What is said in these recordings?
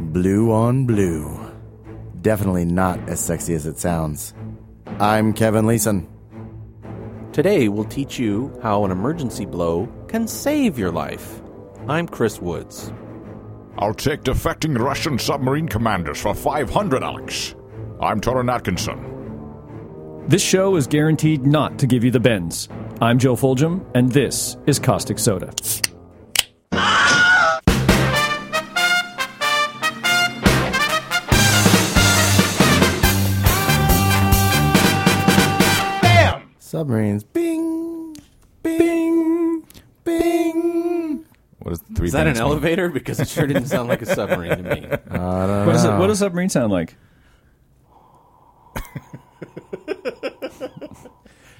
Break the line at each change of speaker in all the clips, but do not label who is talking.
Blue on Blue. Definitely not as sexy as it sounds. I'm Kevin Leeson.
Today, we'll teach you how an emergency blow can save your life. I'm Chris Woods.
I'll take defecting Russian submarine commanders for 500, Alex. I'm Torin Atkinson.
This show is guaranteed not to give you the bends. I'm Joe Foljam, and this is Caustic Soda.
Submarines. Bing. Bing. Bing. What is three
Is that an
things mean?
elevator? Because it sure didn't sound like a submarine to me.
What, is it, what does submarine sound like?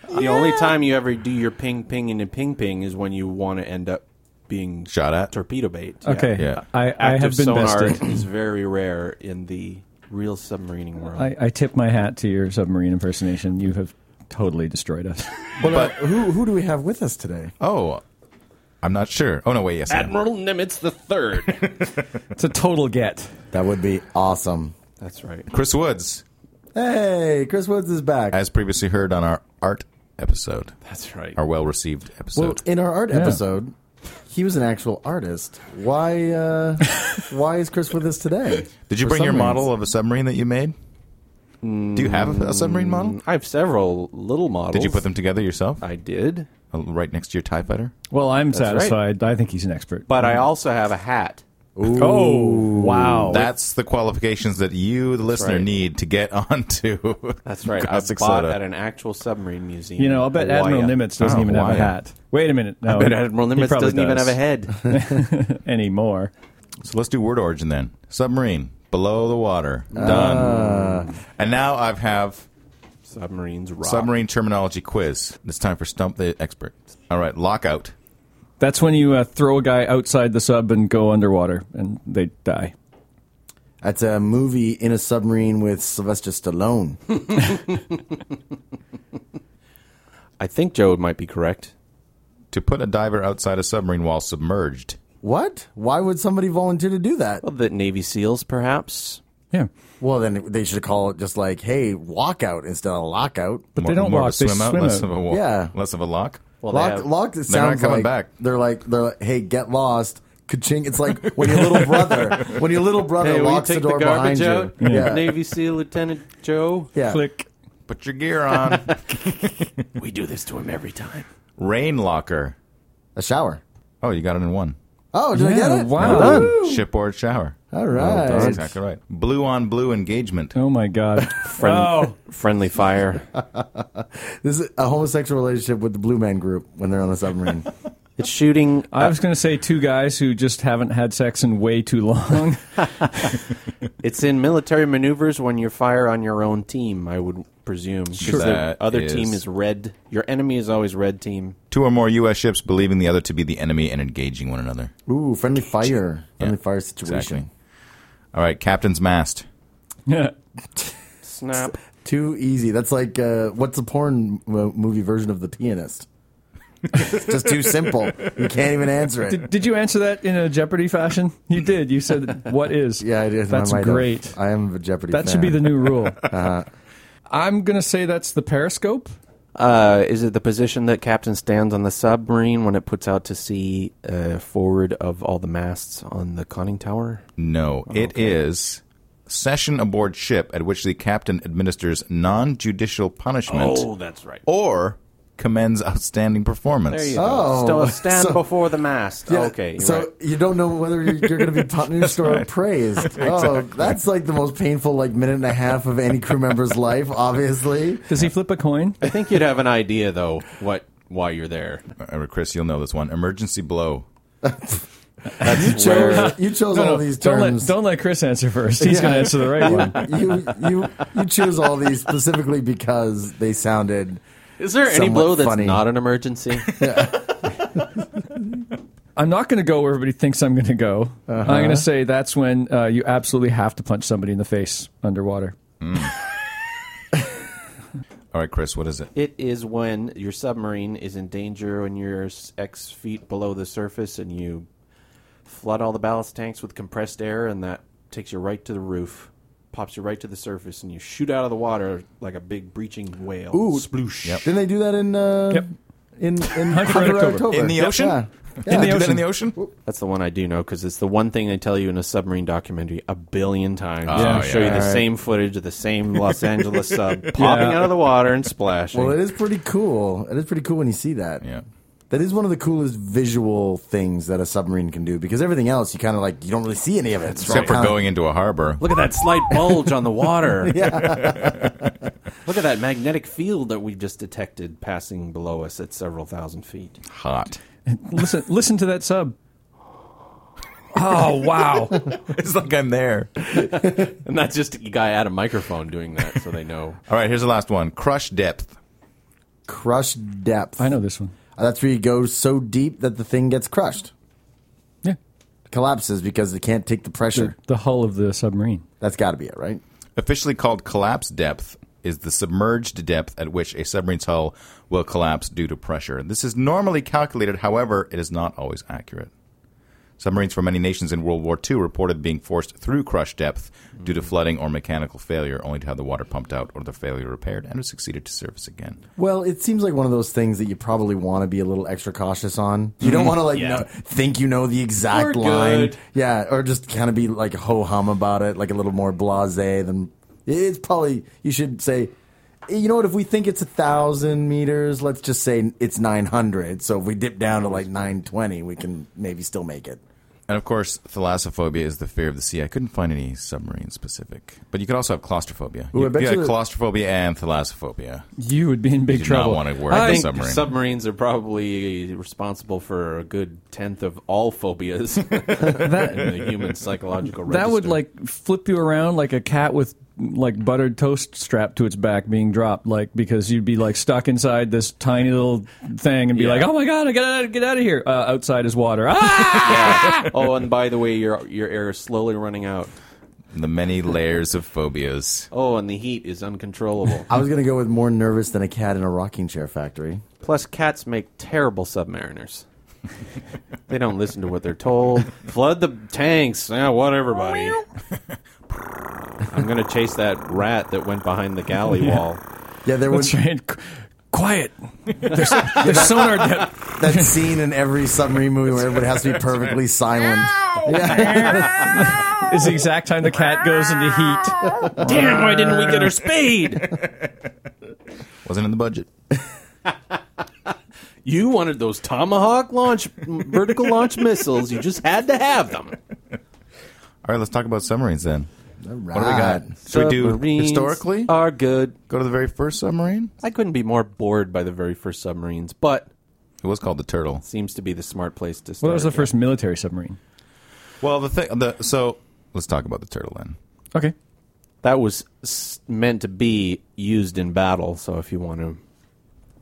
The only time you ever do your ping ping into ping ping is when you want to end up being
Shot at?
torpedo bait.
Okay,
Yeah.
I, I
Active
have been
sonar
bested.
is very rare in the real submarining world.
I, I tip my hat to your submarine impersonation. You have totally destroyed us.
Well, uh, who, who do we have with us today?
Oh, I'm not sure. Oh, no, wait, yes. I am.
Admiral Nimitz the Third.
it's a total get.
That would be awesome.
That's right.
Chris Woods,
Hey, Chris Woods is back.
as previously heard on our art episode,
That's right.
our well received
well,
episode.
in our art episode, he was an actual artist. Why? Uh, why is Chris with us today?
Did you
For
bring your
submarines.
model of a submarine that you made? Do you have a submarine model?
I have several little models.
Did you put them together yourself?
Mm, I did,
Uh, right next to your TIE fighter?
Well, I'm
right.
satisfied. I think he's an expert.
but I also have a hat.
Mm. oh wow,
That's the qualifications that you, the listener,
right.
need to get onto.
That's right. I
Caustic
bought
soda.
at an actual submarine museum.
you know, I'll bet
Hawaii.
Admiral Nimitz doesn't
Oh,
even have
Hawaii.
a hat. Wait a minute, no,
I bet Admiral
he
Nimitz
probably
doesn't even
does
have a head.
anymore.
So let's do word origin then. Submarine below the water. Done.
Ah.
and now I have
Submarines rock.
submarine terminology quiz. It's time for stump the expert. All right, lockout.
That's when you uh, throw a guy outside the sub and go underwater, and they die.
That's a movie in a submarine with Sylvester Stallone.
I think Joe might be correct.
To put a diver outside a submarine while submerged.
what? Why would somebody volunteer to do that?
Well, the Navy SEALs, perhaps.
Yeah,
Well, then they should call it just like, "Hey, walkout" instead of lockout.
but they don't
more of a
walk; they
swim out,
swim
less
out.
of a walk.
Yeah.
Less of a lock.
Well,
lock,
they have,
locked. It
They're not
sounds
coming
like
back.
they're like they're like, "Hey, get lost." Ka-ching. It's like when your little brother when your little brother
Hey, will you
locks the
take the
door behind
garbage
you.
out,
Yeah.
Navy SEAL Lieutenant Joe?
Yeah.
Click.
Put your gear on.
We do this to him every time.
Rain locker.
A shower.
Oh, you got it in one.
Oh, did I get
Yeah,
it?
wow.
Shipboard shower.
All right.
That's exactly right. Blue on blue engagement.
Oh my god!
Friend-
Oh,
Friendly fire.
This is a homosexual relationship with the Blue Man Group when they're on the submarine.
It's shooting.
I was going to say two guys who just haven't had sex in way too long.
It's in military maneuvers when you fire on your own team, I would presume. 'Cause
Sure.
The
That
other
is-
team is red. Your enemy is always red team.
Two or more U.S. ships believing the other to be the enemy and engaging one another.
Ooh, friendly fire. Friendly
Yeah,
fire situation.
Exactly. All right, captain's mast.
Yeah.
Snap.
Too easy. That's like uh, what's the porn mo- movie version of The Pianist? it's just too simple. You can't even answer it.
Did, did you answer that in a Jeopardy fashion? You did. You said, "What is?"
Yeah, I did.
That's
I Uh-huh. might have.
great.
I am a Jeopardy.
That
fan.
should be the new rule. I'm going to say that's the periscope.
Uh, is it the position that captain stands on the submarine when it puts out to sea uh, forward of all the masts on the conning tower?
No, it is session aboard ship at which the captain administers non-judicial punishment
Oh, that's right.
or commends outstanding performance.
There you
Oh.
go. Sta- stand
So-
before the mast.
Yeah,
okay. you're
so
right.
you don't know whether you're, you're going to be punished or praised. Oh, that's like the most painful like minute and a half of any crew member's life. Obviously,
Does he flip a coin?
I think you'd have an idea though what why you're there.
Uh, Chris, you'll know this one. Emergency blow.
That's
chose,
where
you chose all these
don't
terms.
let don't let Chris answer first. He's going to answer the right one.
you you you choose all these specifically because they sounded.
is there any
Somewhat
blow that's
funny.
not an emergency?
I'm not going to go where everybody thinks I'm going to go. I'm
Uh-huh.
going to say that's when uh, you absolutely have to punch somebody in the face underwater.
All right, Chris, what is it?
it is when your submarine is in danger when you're s- X feet below the surface and you flood all the ballast tanks with compressed air and that takes you right to the roof, pops you right to the surface, and you shoot out of the water like a big breaching whale.
Ooh.
sploosh!
Didn't they do that in uh,
Yep.
in in
Hunter
Hunter
in October.
In the
Yep.
ocean?
Yeah.
Did they
Yeah.
do that in the ocean?
That's the one I do know because it's the one thing they tell you in a submarine documentary a billion times.
Oh,
They show you
yeah.
the same footage of the same Los Angeles sub popping out of the water and splashing.
Well, it is pretty cool. It is pretty cool when you see that.
Yeah.
That is one of the coolest visual things that a submarine can do because everything else you kind of like you don't really see any of it.
Except for going into a harbor.
Look at that slight bulge on the water.
Yeah.
Look at that magnetic field that we just detected passing below us at several thousand feet.
Hot.
listen, listen to that sub. Oh wow!
It's like I'm there.
And that's just a guy at a microphone doing that, so they know.
All right, here's the last one. Crush depth.
Crush depth.
I know this one.
That's where you go so deep that the thing gets crushed,
Yeah,
collapses because it can't take the pressure.
the hull of the submarine.
That's got to be it, right?
Officially called collapse depth is the submerged depth at which a submarine's hull will collapse due to pressure. This is normally calculated, however, it is not always accurate. Submarines from many nations in World War II reported being forced through crush depth due
Mm-hmm.
to flooding or mechanical failure, only to have the water pumped out or the failure repaired and have succeeded to surface again.
Well, it seems like one of those things that you probably want to be a little extra cautious on. You don't want to like know, think you know the exact
We're
line,
good.
yeah, or just kind of be like ho hum about it, like a little more blasé than it's probably. You should say, you know what? If we think it's a thousand meters, let's just say it's nine hundred. So if we dip down to like nine twenty, we can maybe still make it.
And of course, thalassophobia is the fear of the sea. I couldn't find any submarine specific, but you could also have claustrophobia.
Ooh, I
you
bet
you
you
had
that-
claustrophobia and thalassophobia.
You would be in big
You do not
trouble.
want to work
I
in a
think
submarine.
submarines are probably responsible for a good tenth of all phobias in the human psychological register.
That would like flip you around like a cat with like buttered toast strapped to its back being dropped, like because you'd be like stuck inside this tiny little thing and be like, oh my god, I gotta get out of here. Uh, outside is water. Ah!
Yeah. Oh, and by the way, your your air is slowly running out.
the many layers of phobias.
Oh, and the heat is uncontrollable.
I was gonna go with more nervous than a cat in a rocking chair factory.
Plus, cats make terrible submariners. they don't listen to what they're told. Flood the tanks. Yeah, whatever, buddy. I'm gonna chase that rat that went behind the galley wall.
Yeah, there was
That's right. Qu- Quiet. There's, there's sonar depth.
that scene in every submarine movie where everybody has to be perfectly silent.
Is the exact time the cat goes into heat. Damn! Why didn't we get her spade?
Wasn't in the budget.
You wanted those tomahawk launch, vertical launch missiles. You just had to have them.
All right, let's talk about submarines then.
Right.
What do we got? Should we do
Ah, Submarines
historically?
are good.
Go to the very first submarine?
I couldn't be more bored by the very first submarines, but
It was called the Turtle.
seems to be the smart place to start.
Well, that was the first military submarine.
Well, the thing, the, so let's talk about the Turtle then.
Okay.
That was s- meant to be used in battle. So if you want to,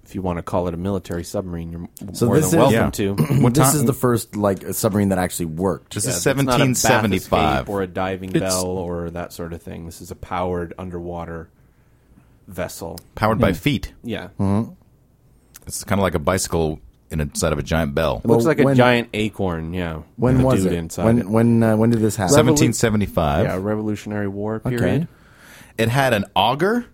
if you want to call it a military submarine, you're
So
more
this
than
is-
welcome
Yeah.
to.
What
this
ti-
is the first like submarine that actually worked.
This
Yeah, it's
is
not a bath escape
1775.
or a diving
It's-
bell or that sort of thing. This is a powered underwater vessel.
Powered
Hmm.
by feet.
Yeah,
Mm-hmm.
It's kind of like a bicycle in inside of a giant bell.
looks like a
when-
giant acorn. Yeah,
when
with a
was
dude
it?
Inside
when
it.
when uh, when did this happen?
1775.
yeah, Revolutionary War period.
It had an auger,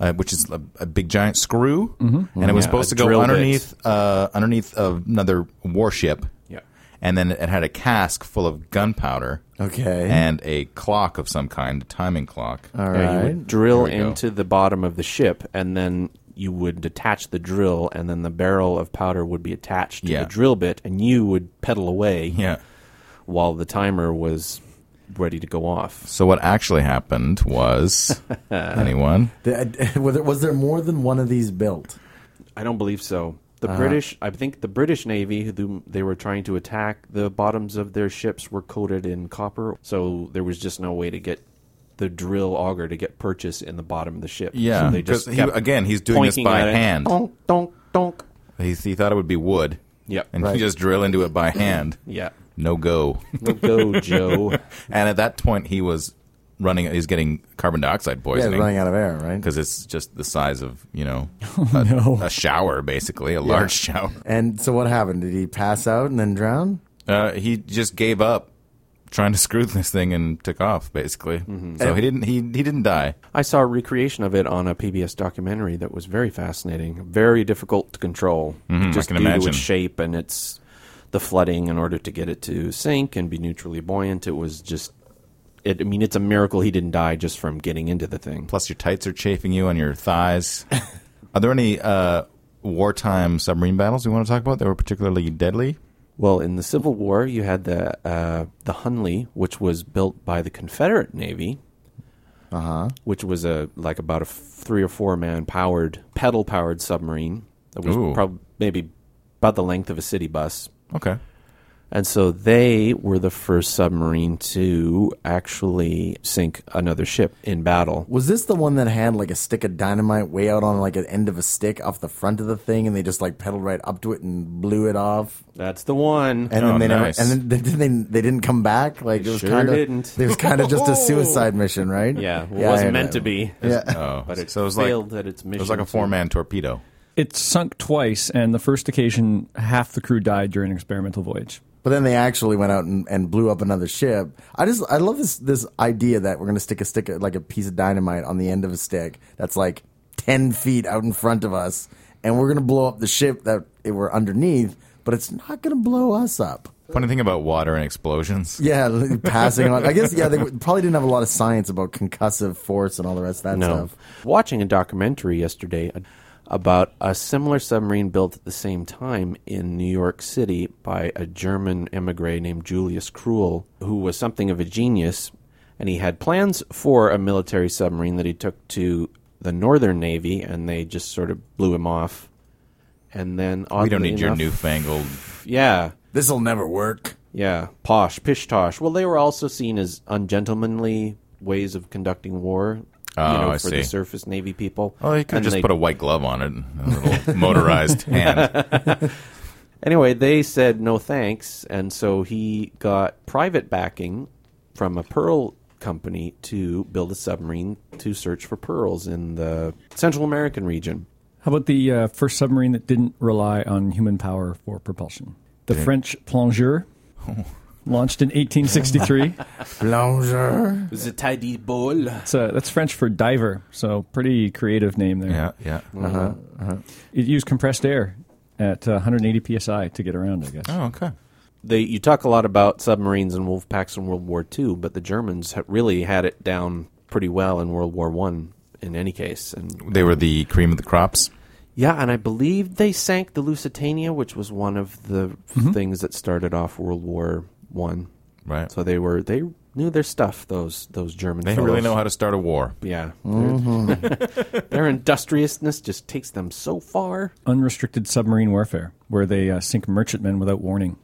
uh, which is a, a big giant screw, and it was
Mm-hmm. Yeah,
supposed
a
to go
drill bit.
underneath uh, underneath of another warship.
Yeah.
And then it had a cask full of gunpowder.
Okay.
And a clock of some kind, a timing clock.
Eh? All right.
Yeah, you would drill
There we go.
into the bottom of the ship, and then you would detach the drill, and then the barrel of powder would be attached to
Yeah.
the drill bit, and you would pedal away
Yeah.
while the timer was ready to go off.
So what actually happened was anyone?
The- uh, was, there, was there more than one of these built?
I don't believe so. The British, I think the British Navy, who they were trying to attack, the bottoms of their ships were coated in copper, so there was just no way to get the drill auger to get purchase in the bottom of the ship.
Yeah,
so they
because
just
he,
kept
again, he's doing this
pointing
by
at it.
hand.
Oh.
Donk, donk, donk.
He, he thought it would be wood.
Yep.
and
Right.
you just drill into it by hand.
Yeah.
No go.
We'll go, Joe.
and at that point, he was running. He's getting carbon dioxide
Yeah,
poisoning.
running out of air, right? Oh,
because it's just the size of you know a, a shower basically a large shower
And so what happened? Did he pass out and then drown?
uh, he just gave up trying to screw this thing and took off basically.
Mm-hmm.
So he didn't he he didn't die.
I saw a recreation of it on a PBS documentary that was very fascinating, very difficult to control, just
Mm-hmm, can
due to
imagine.
its shape and its the flooding. In order to get it to sink and be neutrally buoyant, it was just. It, I mean, it's a miracle he didn't die just from getting into the thing.
Plus your tights are chafing you on your thighs. are there any uh, wartime submarine battles we want to talk about that were particularly deadly?
Well, in the Civil War, you had the uh, the Hunley, which was built by the Confederate Navy, uh-huh. which was a like about a f- three or four man powered pedal powered submarine that was
Ooh.
prob- maybe about the length of a city bus,
Okay.
and so they were the first submarine to actually sink another ship in battle.
Was this the one that had like a stick of dynamite way out on like an end of a stick off the front of the thing, and they just like pedaled right up to it and blew it off?
That's the one.
And
Oh,
then they
nice.
never, and then they, they, they didn't come back. Like it was
sure
kind of
didn't.
It was kind of just a suicide mission, right?
yeah, well,
Yeah,
it wasn't
I
meant
know.
to be,
Yeah.
Oh,
but it
so it was
failed
like
at its mission.
it was like a
to-
four man torpedo.
It sunk twice, and the first occasion, half the crew died during an experimental voyage.
But then they actually went out and, and blew up another ship. I just I love this this idea that we're going to stick a stick like a piece of dynamite on the end of a stick that's like ten feet out in front of us, and we're going to blow up the ship that it were underneath. But it's not going to blow us up.
Funny thing about water and explosions.
Yeah, li- passing on. I guess yeah, they w- probably didn't have a lot of science about concussive force and all the rest of that
No.
stuff.
Watching a documentary yesterday about a similar submarine built at the same time in New York City by a German emigre named Julius Krull, who was something of a genius, and he had plans for a military submarine that he took to the Northern Navy, and they just sort of blew him off. And then
We don't
oddly
need your
enough-
newfangled.
yeah.
This'll never work.
Yeah, posh, pishtosh. Well, they were also seen as ungentlemanly ways of conducting war.
Oh,
you know,
I
for
see.
the surface navy people.
Oh, you could
And
just
they-
put a white glove on it, and a little motorized hand.
Anyway, they said no thanks, and so he got private backing from a pearl company to build a submarine to search for pearls in the Central American region.
How about the uh, first submarine that didn't rely on human power for propulsion? The French Plongeur, launched in 1863.
Plonger.
It was a tidy ball.
It's, uh, that's French for diver, so pretty creative name there.
Yeah, yeah.
It used compressed air at uh, 180 psi to get around, I guess.
Oh, okay.
They, you talk a lot about submarines and wolf packs in World War II, but the Germans ha- really had it down pretty well in World War One. In any case, and
They were the cream of the crops.
Yeah, and I believe they sank the Lusitania, which was one of the things that started off World War One.
Right.
So they were they knew their stuff. Those those German.
They
fellows.
really know how to start a war.
Yeah, Their- their industriousness just takes them so far.
Unrestricted submarine warfare, where they uh, sink merchantmen without warning.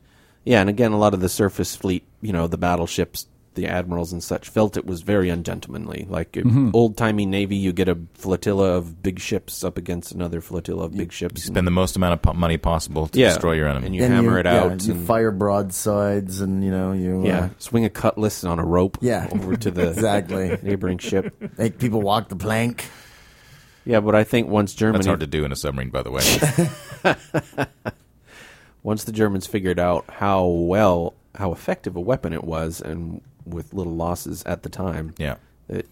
Yeah, and again, a lot of the surface fleet, you know, the battleships, the admirals and such, felt it was very ungentlemanly. Like old timey navy, you get a flotilla of big ships up against another flotilla of big ships. and-
Spend the most amount of po- money possible to
Yeah.
destroy your enemy.
And you hammer it
yeah,
out.
you
and-
fire broadsides, and you know you.
Yeah,
Uh,
swing a cutlass on a rope.
Yeah.
over to the
exactly.
neighboring ship.
Make people walk the plank.
Yeah, but I think once Germany,
That's hard to do in a submarine, by the way.
once the Germans figured out how well, how effective a weapon it was, and with little losses at the time,
yeah.
it,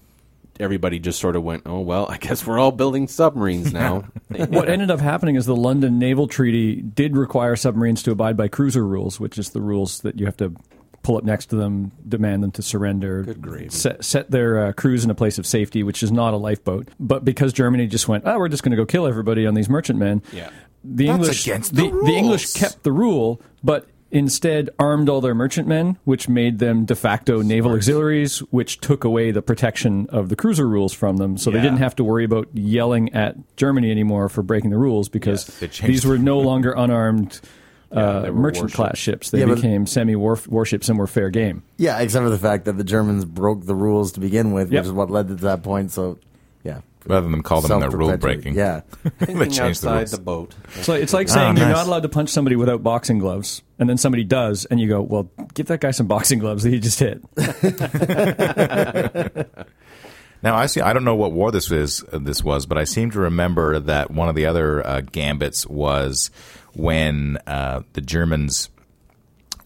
everybody just sort of went, "Oh well, I guess we're all building submarines now."
What ended up happening is the London Naval Treaty did require submarines to abide by cruiser rules, which is the rules that you have to pull up next to them, demand them to surrender, set, set their uh, crews in a place of safety, which is not a lifeboat. But because Germany just went, oh, we're just going to go kill everybody on these merchantmen.
Yeah.
The English
against the rules.
English kept the rule, but instead armed all their merchantmen, which made them de facto naval auxiliaries, which took away the protection of the cruiser rules from them. So they
Yeah.
didn't have to worry about yelling at Germany anymore for breaking the rules because
Yes, they changed
these were no longer unarmed uh,
they were
merchant
warships.
class ships. They
Yeah, but-
became semi warships and were fair game.
Yeah, except for the fact that the Germans broke the rules to begin with,
Yep.
which is what led to that point. So, yeah,
Rather than call them their rule breaking.
Yeah,
they
Thinking
changed the
outside
rules.
the, boat.
So it's
Ah,
like saying you're
nice.
not allowed to punch somebody without boxing gloves, and then somebody does, and you go, "Well, give that guy some boxing gloves that he just hit."
Now I see. I don't know what war this is. uh, This was, but I seem to remember that one of the other uh, gambits was when uh, the Germans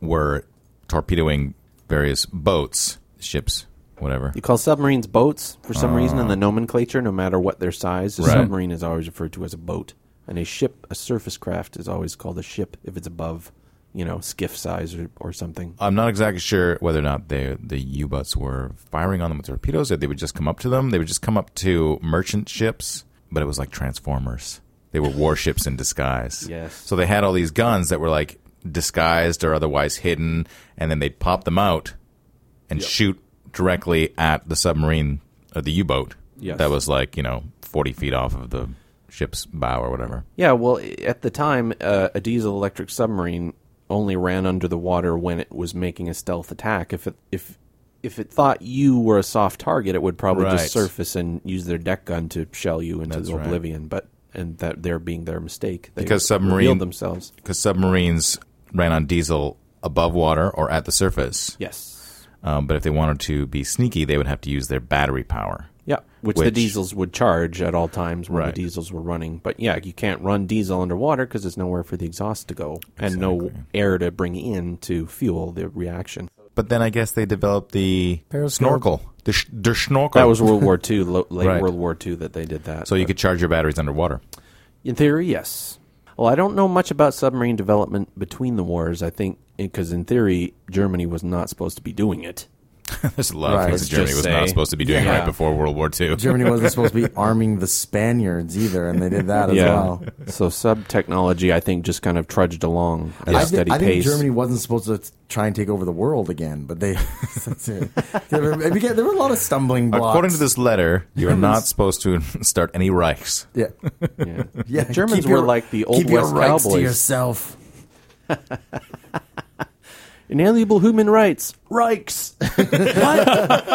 were torpedoing various boats, ships, whatever.
You call submarines boats for some reason in the nomenclature, no matter what their size. A
Ah. Right.
submarine is always referred to as a boat, and a ship, a surface craft, is always called a ship if it's above, you know, skiff size or, or something.
I'm not exactly sure whether or not they, the U-boats were firing on them with torpedoes, or they would just come up to them. They would just come up to merchant ships, but it was like transformers. They were warships in disguise.
Yes.
So they had all these guns that were like disguised or otherwise hidden, and then they'd pop them out and shoot directly at the submarine or the U-boat.
Yes.
That was like you know 40 feet off of the ship's bow or whatever.
Yeah, well, i- at the time, uh, a diesel electric submarine only ran under the water when it was making a stealth attack. If it if if it thought you were a soft target, it would probably
Right.
just surface and use their deck gun to shell you into
right.
oblivion. But and that there being their mistake, they
Because
revealed
submarine-
themselves.
Because submarines ran on diesel above water or at the surface.
Yes.
Um, but if they wanted to be sneaky, they would have to use their battery power.
Yeah, which, the
Which-
diesels would charge at all times when
Right.
the diesels were running. But yeah, you can't run diesel underwater because there's nowhere for the exhaust to go and no air to bring in to fuel the reaction.
But then I guess they developed the
Periscope.
snorkel, the, sh- the snorkel.
That was World War II, lo- late
Right.
World War II that they did that.
so you
But
could charge your batteries underwater.
in theory, yes. Well, I don't know much about submarine development between the wars. I think because in theory, Germany was not supposed to be doing it.
There's a
Right.
lot of
Let's
things that Germany
just
was
say-
not supposed to be doing
Yeah.
right before World War II.
Germany wasn't supposed to be arming the Spaniards either, and they did that as well.
so sub technology, I think, just kind of trudged along at
I,
a
thi-
steady
I think
pace.
Germany wasn't supposed to t- try and take over the world again, but they. that's it. There were, it began- there were a lot of stumbling blocks.
According to this letter, you are not supposed to start any Reichs.
yeah,
yeah.
yeah.
The Germans
keep
were
your-
like the old
keep your
West
rights to
Cowboys.
yourself.
Inalienable human rights, Reichs.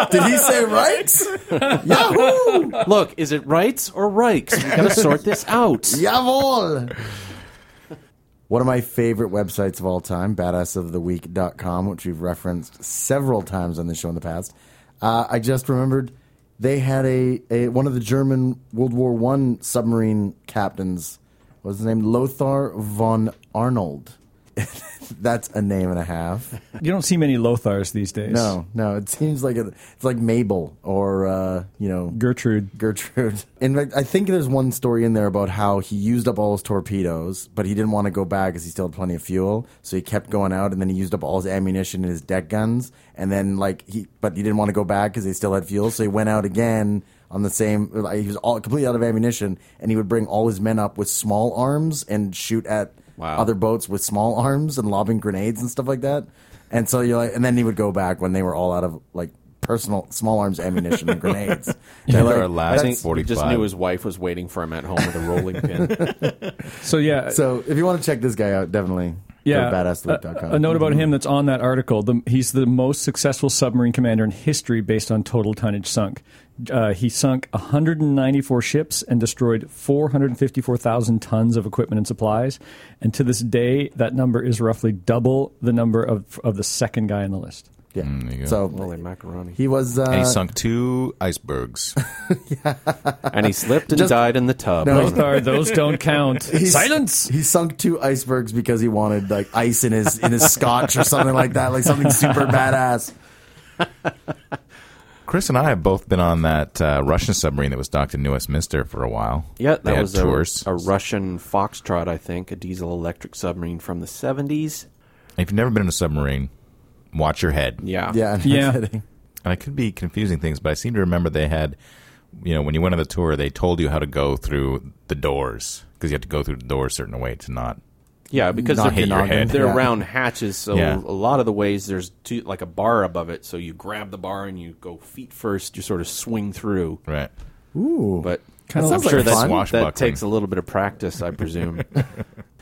Did he say rights? Yahoo!
Look, is it rights or Reichs? We gotta sort this out.
Jawohl! One of my favorite websites of all time, badassoftheweek.com, which we've referenced several times on the show in the past. Uh, I just remembered they had a, a one of the German World War One submarine captains what was his name Lothar von Arnold. That's a name and a half.
You don't see many Lothars these days.
No, no, it seems like a, it's like Mabel or uh, you know
Gertrude.
Gertrude. In fact, I think there's one story in there about how he used up all his torpedoes, but he didn't want to go back because he still had plenty of fuel. So he kept going out, and then he used up all his ammunition and his deck guns, and then like he, but he didn't want to go back because they still had fuel. So he went out again on the same. Like, he was all completely out of ammunition, and he would bring all his men up with small arms and shoot at
Wow.
other boats with small arms and lobbing grenades and stuff like that. And so you're like, and then he would go back when they were all out of like personal small arms ammunition and grenades. They're
They were
like-
allowed
I
That's
think he just
45.
knew his wife was waiting for him at home with a rolling pin.
So yeah,
So if you want to check this guy out, definitely
yeah.
go
Uh,
to
a,
badassloop.com.
a note about him that's on that article. The, he's the most successful submarine commander in history based on total tonnage sunk. Uh, he sunk 194 ships and destroyed 454,000 tons of equipment and supplies. And to this day, that number is roughly double the number of, of the second guy on the list.
Yeah.
you go.
so
Holy macaroni.
he was. Uh,
And he sunk two icebergs.
And he slipped and died in the tub.
No,
Both are, those don't count.
Oh. he's-
Silence!
He sunk two icebergs because he wanted like ice in his in his scotch or something like that, like something super badass.
Chris and I have both been on that uh, Russian submarine that was docked in New Westminster for a while.
Yeah,
they
that
had
was
tours.
a, a Russian Foxtrot, I think, a diesel electric submarine from the 70s.
If you've never been in a submarine, watch your head.
Yeah.
Yeah, no
Yeah.
kidding.
and I could be confusing things, but I seem to remember they had, you know, when you went on the tour, they told you how to go through the doors because you had to go through the doors a certain way to not.
Yeah, because
Not
they're,
hit your head.
they're
Yeah.
round hatches, so a
Yeah.
lot of the ways there's two, like a bar above it, so you grab the bar and you go feet first, you sort of swing through.
Right.
Ooh,
But
Kinda
I'm
sounds
sure
like
that's,
fun.
Swashbuckling.
that takes a little bit of practice, I presume.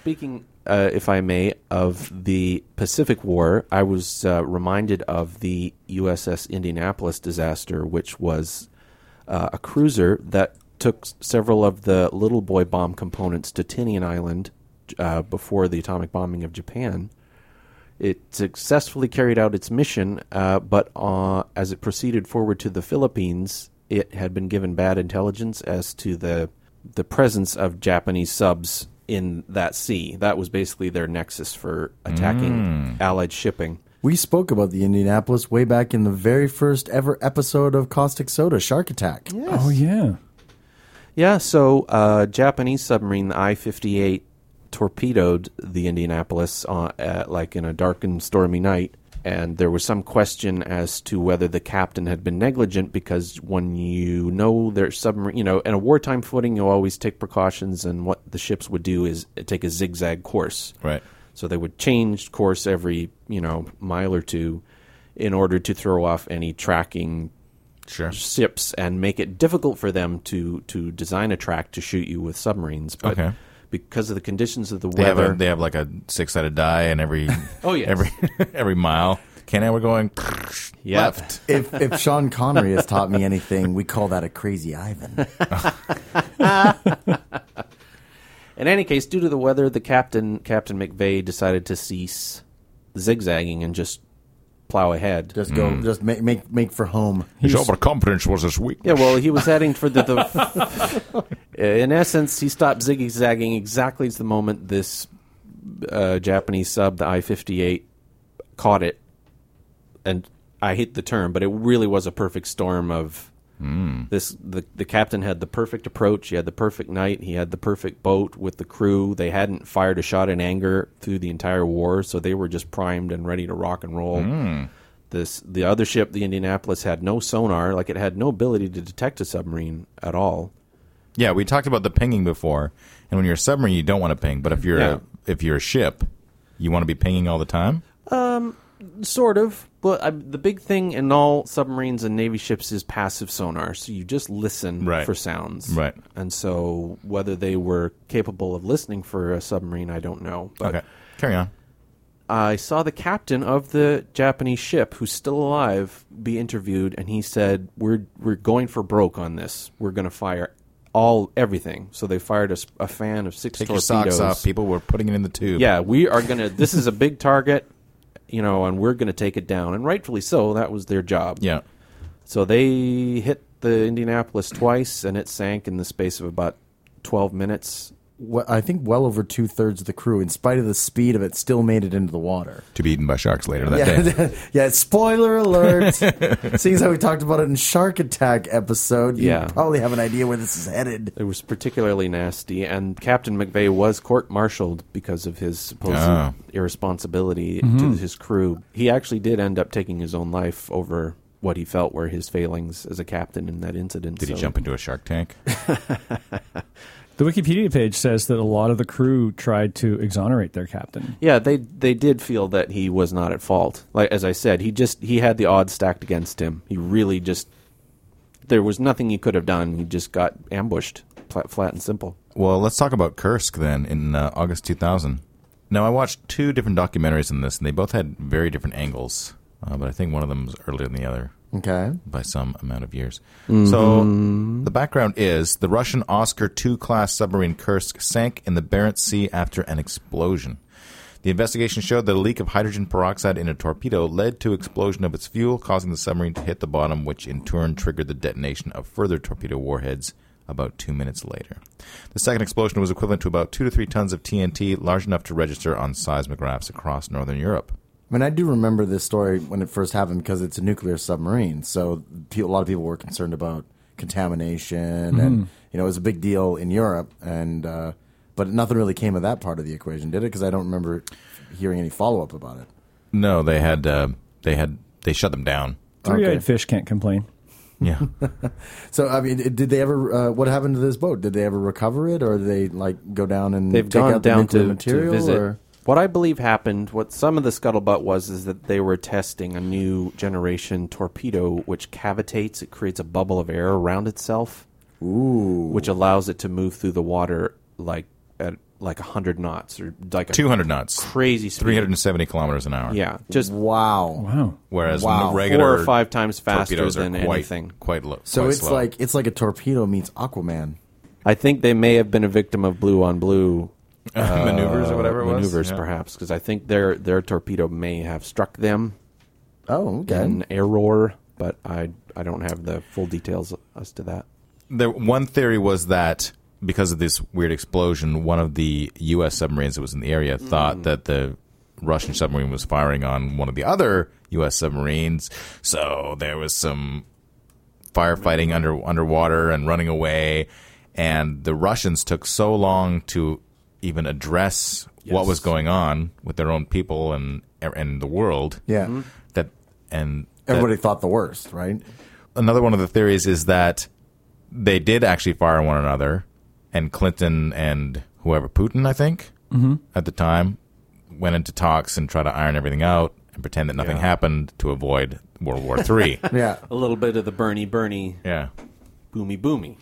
Speaking, uh, if I may, of the Pacific War, I was uh, reminded of the USS Indianapolis disaster, which was uh, a cruiser that took s- several of the little boy bomb components to Tinian Island uh, before the atomic bombing of Japan. It successfully carried out its mission, uh, but uh, as it proceeded forward to the Philippines, it had been given bad intelligence as to the the presence of Japanese subs in that sea. That was basically their nexus for attacking Allied shipping.
We spoke about the Indianapolis way back in the very first ever episode of Caustic Soda Shark Attack.
Oh yeah.
Yeah, so uh, Japanese submarine, the I 58, torpedoed the Indianapolis uh, at, like in a dark and stormy night. And there was some question as to whether the captain had been negligent because when you know their submarine, you know, in a wartime footing, you always take precautions. And what the ships would do is take a zigzag course.
Right.
So they would change course every, you know, mile or two in order to throw off any tracking
Sure.
ships and make it difficult for them to to design a track to shoot you with submarines. But
Okay.
because of the conditions of the
They have,
weather,
a, they have like a six sided die and every
Oh, yes.
every every mile. Can I we're going
Yeah.
left.
If, if Sean Connery has taught me anything, we call that a crazy Ivan.
in any case, due to the weather, the captain Captain McVeigh decided to cease zigzagging and just plow ahead.
Just go,
Mm.
just make, make, make for home.
His overconfidence was his weakness.
yeah, well, he was heading for the. the in essence, he stopped zigzagging exactly at the moment this uh, Japanese sub, the I 58, caught it. And I hate the term, but it really was a perfect storm of this. The, the captain had the perfect approach. He had the perfect night. He had the perfect boat with the crew. They hadn't fired a shot in anger through the entire war, so they were just primed and ready to rock and roll. This the other ship, the Indianapolis, had no sonar. Like it had no ability to detect a submarine at all.
Yeah, we talked about the pinging before, and when you're a submarine, you don't want to ping. But if you're
Yeah.
a, if you're a ship, you want to be pinging all the time.
Sort of. But I, the big thing in all submarines and Navy ships is passive sonar. So you just listen
Right.
for sounds.
Right.
And so whether they were capable of listening for a submarine, I don't know. But
Okay, carry on.
I saw the captain of the Japanese ship, who's still alive, be interviewed, and he said, "We're we're going for broke on this. We're going to fire all everything." So they fired a, s- a fan of six
Take
torpedoes.
your socks off. People were putting it in the tube.
Yeah, we are gonna. this is a big target, you know, and we're gonna take it down, and rightfully so. That was their job.
yeah.
So they hit the Indianapolis twice, and it sank in the space of about twelve minutes.
Well, I think well over two thirds of the crew, in spite of the speed of it, still made it into the water.
To be eaten by sharks later that day.
Yeah, yeah. Spoiler alert. Seeing as how we talked about it in Shark Attack episode, you
Yeah.
probably have an idea where this is headed.
It was particularly nasty, and Captain McVeigh was court-martialed because of his supposed
Ah. Mm-hmm.
irresponsibility to his crew. He actually did end up taking his own life over what he felt were his failings as a captain in that incident.
Did he
So-
jump into a shark tank?
The Wikipedia page says that a lot of the crew tried to exonerate their captain.
Yeah, they they did feel that he was not at fault. Like as I said, he just he had the odds stacked against him. He really just there was nothing he could have done. He just got ambushed, flat, flat and simple.
Well, let's talk about Kursk then in uh, August 2000. Now, I watched two different documentaries on this, and they both had very different angles, uh, but I think one of them was earlier than the other
Okay.
by some amount of years. So, the background is the Russian Oscar II class submarine Kursk sank in the Barents Sea after an explosion. The investigation showed that a leak of hydrogen peroxide in a torpedo led to explosion of its fuel, causing the submarine to hit the bottom, which in turn triggered the detonation of further torpedo warheads about two minutes later. The second explosion was equivalent to about two to three tons of TNT, large enough to register on seismographs across northern Europe.
I mean, I do remember this story when it first happened because it's a nuclear submarine. So pe- a lot of people were concerned about contamination, and you know, it was a big deal in Europe. And uh, but nothing really came of that part of the equation, did it? Because I don't remember hearing any follow up about it.
No, they had uh, they had they shut them down.
Three-eyed
Okay.
fish can't complain.
Yeah.
So I mean, did they ever? Uh, what happened to this boat? Did they ever recover it, or did they like go down and
They've
take
gone
out the
down
nuclear
to,
material?
to visit.
or-
What I believe happened, what some of the scuttlebutt was, is that they were testing a new generation torpedo which cavitates. It creates a bubble of air around itself, ooh, which allows it to move through the water like at like hundred knots or like a
200 knots,
crazy speed.
370 kilometers an hour.
Yeah, just
wow.
Wow.
Whereas
Wow.
the regular
four or five times faster
torpedoes are
than
quite,
anything.
Quite low.
So
quite
it's
slow.
like it's like a torpedo meets Aquaman.
I think they may have been a victim of blue on blue uh,
maneuvers
uh,
or whatever it was.
maneuvers,
Yeah.
perhaps, because I think their their torpedo may have struck them
Oh,
Mm-hmm.
okay.
an error, but I I don't have the full details as to that.
There, one theory was that because of this weird explosion, one of the U.S. submarines that was in the area thought that the Russian submarine was firing on one of the other U.S. submarines. So there was some firefighting under underwater and running away, and the Russians took so long to even address what
Yes.
was going on with their own people and and the world
Yeah.
that and that-
Everybody thought the worst, right?
another one of the theories is that they did actually fire one another, and Clinton and whoever Putin, I think, at the time, went into talks and tried to iron everything out and pretend that nothing
Yeah.
happened to avoid World War Three.
Yeah.
A little bit of the Bernie, Bernie,
yeah,
boomy, boomy.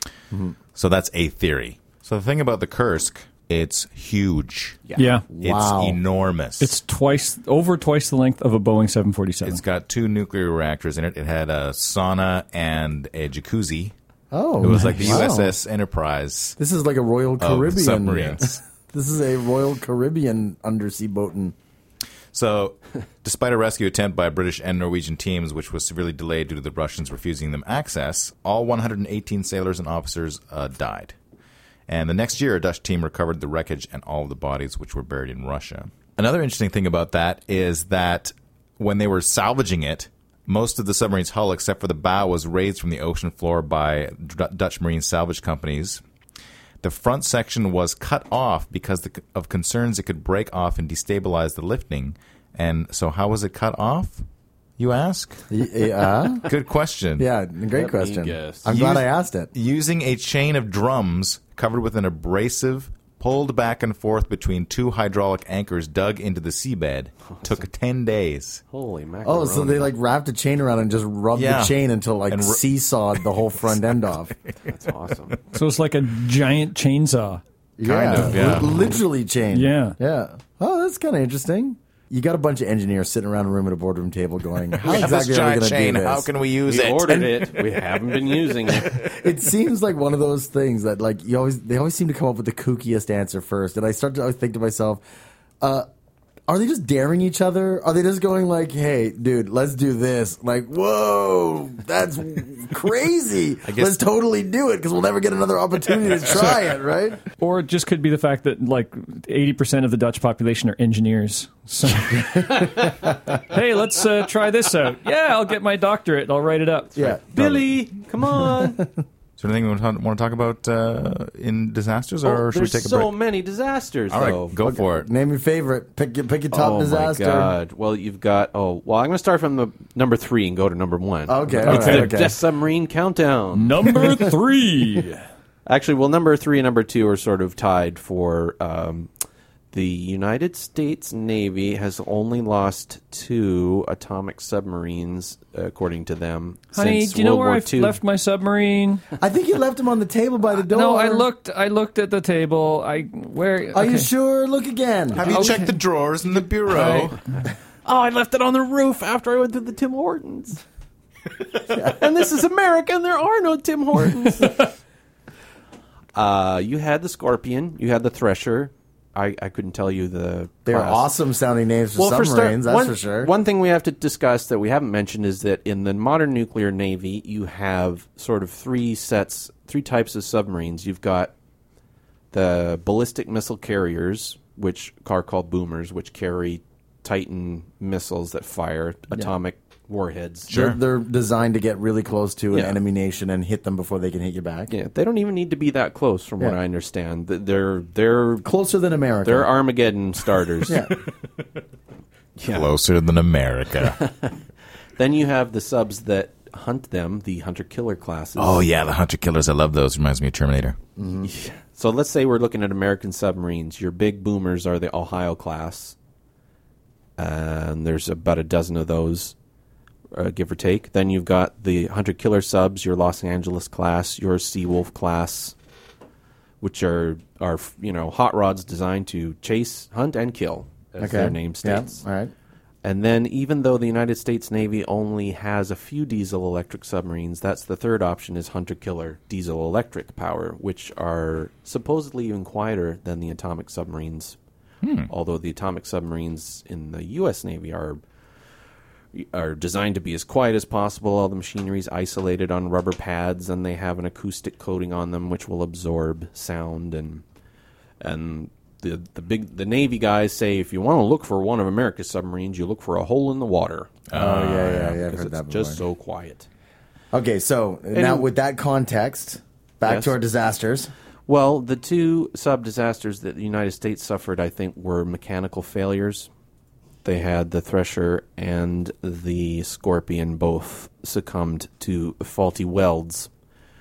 so that's a theory. So the thing about the Kursk, it's huge.
Yeah.
Wow.
It's enormous.
It's twice over twice the length of a Boeing 747.
it's got two nuclear reactors in it. It had a sauna and a jacuzzi.
Oh,
It was like the
wow.
USS Enterprise
This is like a Royal
of
Caribbean.
submarines.
This is a Royal Caribbean undersea boat. And
So, despite a rescue attempt by British and Norwegian teams, which was severely delayed due to the Russians refusing them access, all 118 sailors and officers uh, died. And the next year, a Dutch team recovered the wreckage and all of the bodies, which were buried in Russia. Another interesting thing about that is that when they were salvaging it, most of the submarine's hull, except for the bow, was raised from the ocean floor by D- Dutch marine salvage companies. The front section was cut off because the, of concerns it could break off and destabilize the lifting. And so, how was it cut off? You ask.
yeah,
Good question.
uh, yeah, great
me
question.
guess.
I'm glad
Use-
I asked it.
Using a chain of drums covered with an abrasive pulled back and forth between two hydraulic anchors dug into the seabed took 10 days.
Holy mackerel.
Oh, so they like wrapped a chain around and just rubbed
Yeah.
the chain until like
And ru-
seesawed the whole front end off.
That's awesome.
So it's like a giant chainsaw.
Kind
of, yeah.
literally chain.
Yeah.
yeah. Oh, that's kind of interesting. You got a bunch of engineers sitting around a room at a boardroom table going, "How
We have
exactly
this
are we
giant
going to do
chain.
this?"
How can we use
We
it?
ordered it. We haven't been using it.
it seems like one of those things that like you always they always seem to come up with the kookiest answer first, and I start to always think to myself, uh, are they just daring each other? Are they just going like, "Hey, dude, let's do this"? Like, whoa, that's crazy.
guess-
let's totally do it because we'll never get another opportunity to try it, right?
Or it just could be the fact that like 80% of the Dutch population are engineers. So, hey, let's uh, try this out. Yeah, I'll get my doctorate. I'll write it up.
Yeah.
Billy, come on.
So, anything we want to talk about uh, in disasters, or
Oh,
should we
there's
take a
so
break?
many disasters,
All right,
Oh,
though.
go for it.
Name your favorite. Pick your pick your top
oh
disaster.
my god! Well, you've got oh well. I'm going to start from the number three and go to number one.
Okay,
It's
all right,
the
okay.
Death Submarine Countdown.
Number three.
Actually, well, number three and number two are sort of tied for um, the United States Navy has only lost two atomic submarines, according to them,
Honey,
since
do you know
World
where
War
I
II.
left my submarine?
I think you left him on the table by the door.
No, I looked. I looked at the table. I where?
Are you
okay.
sure? Look again.
Have you checked the drawers in the bureau?
Oh, I left it on the roof after I went to the Tim Hortons. and this is America, and there are no Tim Hortons. uh, you had the Scorpion, you had the Thresher. I, I couldn't tell you the.
They're
class.
awesome sounding names for submarines.
start-
that's
one,
for sure.
One thing we have to discuss that we haven't mentioned is that in the modern nuclear navy, you have sort of three sets, three types of submarines. You've got the ballistic missile carriers, which are called boomers, which carry Titan missiles that fire atomic warheads.
They're, they're designed to get really close to an
Yeah.
enemy nation and hit them before they can hit you back.
Yeah, they don't even need to be that close, from what
Yeah.
I understand. Th- They're they're
Closer than America.
they're Armageddon starters.
yeah.
Closer than America.
Then you have the subs that hunt them, the hunter killer classes.
oh, yeah, the Hunter Killers. I love those. Reminds me of Terminator.
So let's say we're looking at American submarines. Your big boomers are the Ohio class, and there's about a dozen of those, uh, give or take. Then you've got the hunter killer subs, your Los Angeles class, your Seawolf class, which are are you know hot rods designed to chase, hunt, and kill, as their name states.
Yeah. All right.
And then, even though the United States Navy only has a few diesel electric submarines, that's the third option is hunter killer diesel electric power, which are supposedly even quieter than the atomic submarines. Hmm. Although the atomic submarines in the U.S. Navy are are designed to be as quiet as possible. All the machinery is isolated on rubber pads, and they have an acoustic coating on them which will absorb sound and and the the big the Navy guys say if you want to look for one of America's submarines, you look for a hole in the water.
Oh yeah, yeah, yeah. I've
because
heard
it's
that before.
Uh, just so quiet.
okay, so now with that context, back
Yes.
to our disasters.
Well, the two sub disasters that the United States suffered, I think, were mechanical failures. They had the Thresher and the Scorpion both succumbed to faulty welds,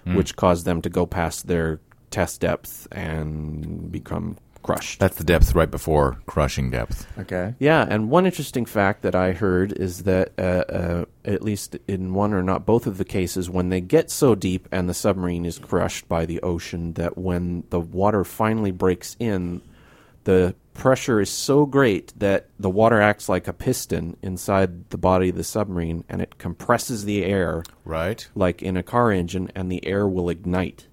which caused them to go past their test depth and become crushed.
That's the depth right before crushing depth.
Okay.
Yeah, and one interesting fact that I heard is that uh, uh, at least in one or not both of the cases, when they get so deep and the submarine is crushed by the ocean, that when the water finally breaks in, the pressure is so great that the water acts like a piston inside the body of the submarine and it compresses the air
Right.
like in a car engine and the air will ignite.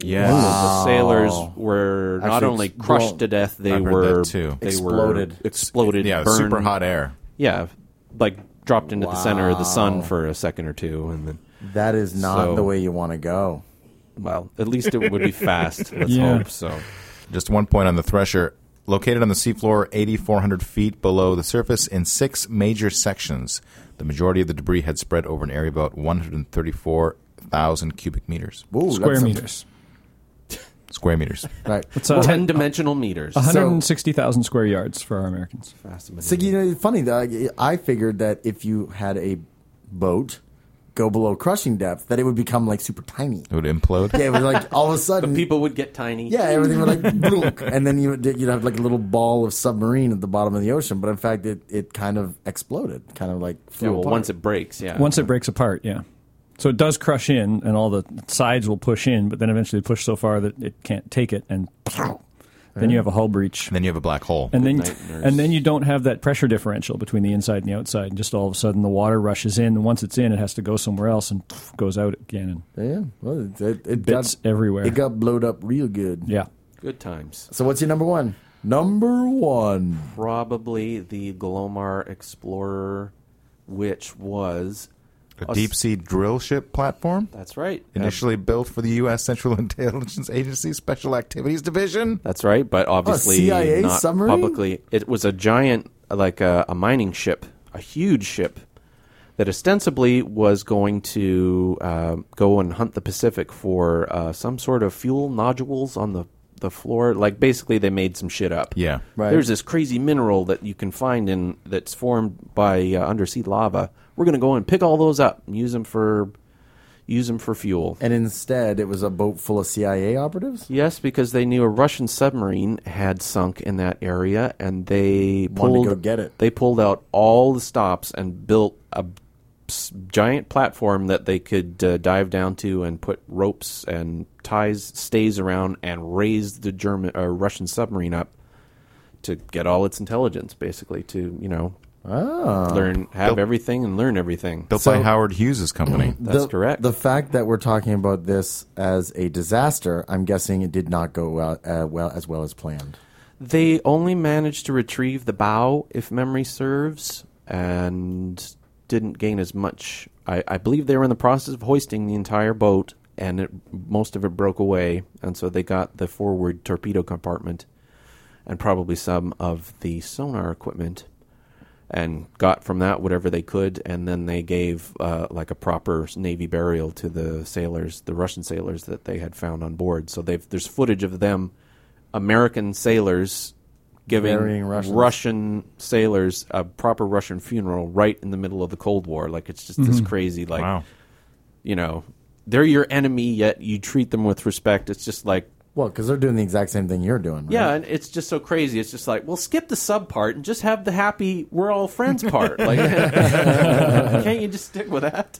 Yes.
So the sailors were not
Actually,
only
it's-
crushed
well,
to death, they
I've heard
were
that too.
they
Exploded.
were exploded,
Yeah,
burned,
super hot air.
yeah, like dropped into the center of the sun for a second or two, and then
That is not
So-
the way you want to go.
well, at least it would be fast. Let's
Yeah.
hope so.
Just one point on the Thresher. Located on the seafloor 8,400 feet below the surface in six major sections, the majority of the debris had spread over an area of about 134,000 cubic meters.
Ooh,
Square
that's something.
meters.
Square meters.
Right.
It's a
Ten
hun-
dimensional meters.
uh-huh. 160,000 square yards for our Americans.
So you know, it's funny that I, I figured that if you had a boat go below crushing depth, that it would become like super tiny.
It would implode.
Yeah, it was like all of a sudden
People would get tiny.
Yeah, everything would like bloonk, and then you would- you'd have like a little ball of submarine at the bottom of the ocean. But in fact, it, it kind of exploded, kind of like flew
Yeah, well,
apart.
once it breaks, yeah.
Once
Uh,
it breaks apart, yeah. So it does crush in, and all the sides will push in, but then eventually push so far that it can't take it, and then you have a hull breach.
And then you have a black hole.
And then,
Midnight nurse.
and then you don't have that pressure differential between the inside and the outside. And just all of a sudden, the water rushes in, and once it's in, it has to go somewhere else and goes out again. And
yeah, well, it, it, it
bits
got
everywhere.
it got blowed up real good.
yeah,
good times.
So what's your number one? Number one.
Probably the Glomar Explorer, which was
A deep sea drill ship platform?
that's right.
Initially built for the U.S. Central Intelligence Agency Special Activities Division?
That's right, but obviously
CIA
not
submarine?
publicly. It was a giant, like a, a mining ship, a huge ship that ostensibly was going to uh, go and hunt the Pacific for uh, some sort of fuel nodules on the the floor. Like basically, they made some shit up.
Yeah.
Right.
There's this crazy mineral that you can find in that's formed by uh, undersea lava. We're gonna go and pick all those up and use them for use them for fuel.
And instead, it was a boat full of CIA operatives.
Yes, because they knew a Russian submarine had sunk in that area, and they
Wanted to
pulled
go get it.
They pulled out all the stops and built a s- giant platform that they could uh, dive down to and put ropes and ties stays around and raise the German uh, Russian submarine up to get all its intelligence, basically to you know
Ah.
learn have everything and learn everything.
Built by
So-
Howard Hughes' company.
That's
The-
correct.
The fact that we're talking about this as a disaster, I'm guessing it did not go well, uh, well as well as planned.
They only managed to retrieve the bow, if memory serves, and didn't gain as much. I, I believe they were in the process of hoisting the entire boat, and it, most of it broke away, and so they got the forward torpedo compartment and probably some of the sonar equipment and got from that whatever they could and then they gave uh, like a proper navy burial to the sailors the russian sailors that they had found on board so they've there's footage of them american sailors giving
Burying Russians.
russian sailors a proper russian funeral right in the middle of the cold war like it's just this crazy like
Wow.
you know they're your enemy yet you treat them with respect it's just like
Well, because they're doing the exact same thing you're doing. Right?
yeah, and it's just so crazy. It's just like, well, skip the sub part and just have the happy we're all friends part. Like, can't you just stick with that?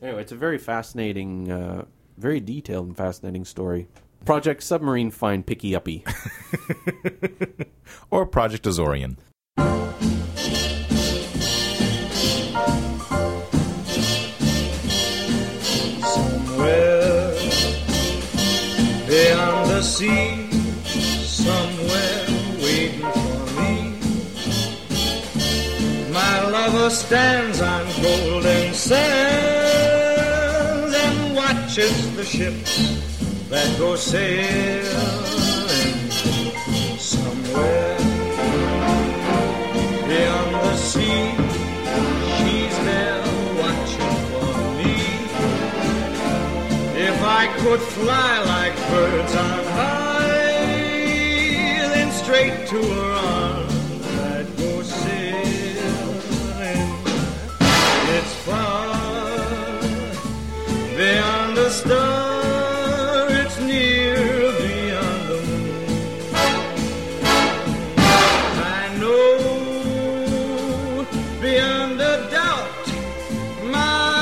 Anyway, it's a very fascinating, uh, very detailed and fascinating story. Project Submarine Find Picky Uppy.
Or Project Azorian.
Somewhere beyond the sea, somewhere waiting for me. My lover stands on golden sands and watches the ships that go sailing somewhere beyond the sea. She's there watching for me. If I could fly like birds on high, then straight to her arms I'd go sailing. It's far beyond the star, it's near beyond the moon. I know beyond a doubt, my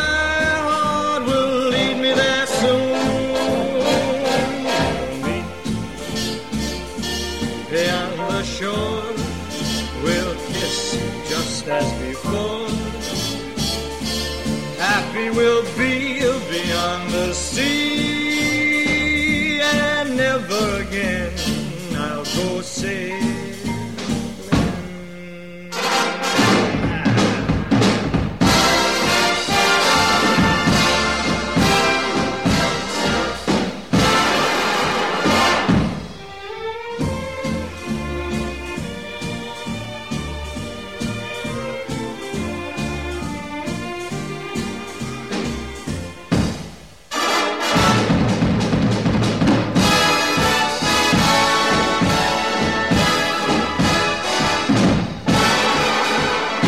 heart will lead me there soon. Meet beyond the shore, we'll kiss just as before happy we'll be beyond the sea, and never again I'll go sailing.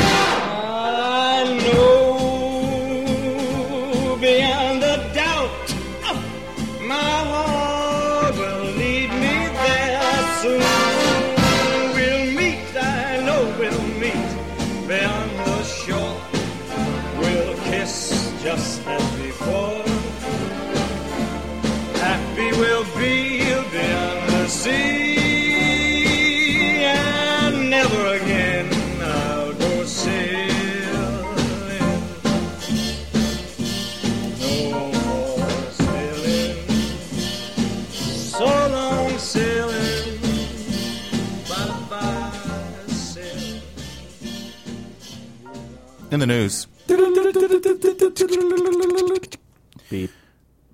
I know beyond a doubt my heart will lead me there soon. We'll meet, I know we'll meet beyond the shore. We'll kiss just as before. Happy we'll be beyond the sea. And never again I'll go sailing. No more sailing. So long sailing. Bye bye sailing.
In the news,
Beep.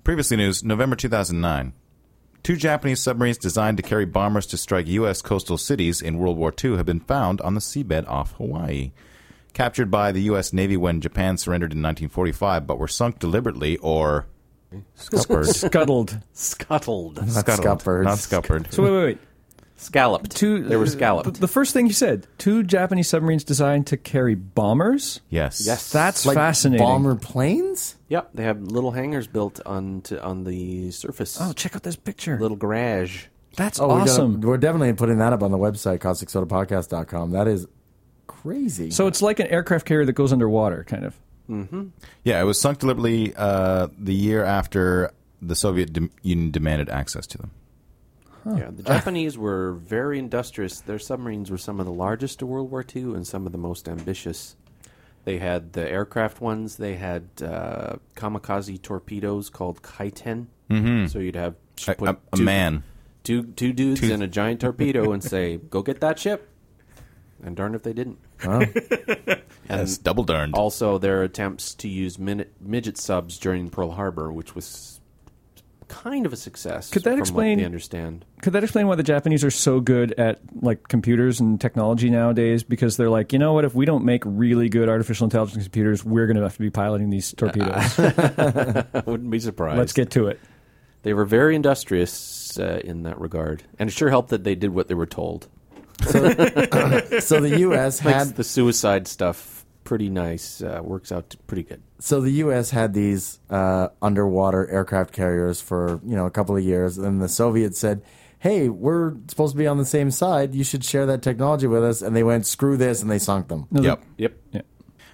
previously news, November 2009. Two Japanese submarines designed to carry bombers to strike U.S. coastal cities in World War II have been found on the seabed off Hawaii. Captured by the U.S. Navy when Japan surrendered in 1945, but were sunk deliberately or scuppered.
Scuttled.
Scuttled.
scuppered.
Not scuppered.
So wait, wait, wait.
Scalloped.
Two.
They were scalloped.
The first thing you said: two Japanese submarines designed to carry bombers.
Yes.
Yes.
That's
like
fascinating.
bomber planes.
Yep, they have little hangars built on to, on the surface.
Oh, check out this picture.
little garage.
That's
Oh, We're,
awesome.
gonna, we're definitely putting that up on the website, causticsodapodcast.com. That is crazy.
so it's like an aircraft carrier that goes underwater, kind of.
Yeah, it was sunk deliberately uh, the year after the Soviet dem- Union demanded access to them.
Yeah, the Japanese were very industrious. Their submarines were some of the largest of World War II and some of the most ambitious. They had the aircraft ones. They had uh, kamikaze torpedoes called kaiten. Mm-hmm. So you'd have
A,
put
a- a
two-
man.
two two dudes in a giant torpedo and say, "Go get that ship," and darn if they didn't.
Yes, double darned.
Also, their attempts to use min- midget subs during Pearl Harbor, which was kind of a success.
Could that
from
explain-
What they understand.
Could that explain why the Japanese are so good at like computers and technology nowadays? Because they're like, you know what? If we don't make really good artificial intelligence computers, we're going to have to be piloting these torpedoes.
I wouldn't be surprised.
Let's get to it.
They were very industrious uh, in that regard, and it sure helped that they did what they were told.
so the U.S.
Makes
had
the suicide stuff pretty nice. Uh, works out pretty good.
so the U.S. had these uh, underwater aircraft carriers for you know a couple of years, and the Soviets said, "Hey, we're supposed to be on the same side. You should share that technology with us." And they went, "Screw this," and they sunk them.
Yep.
Yep.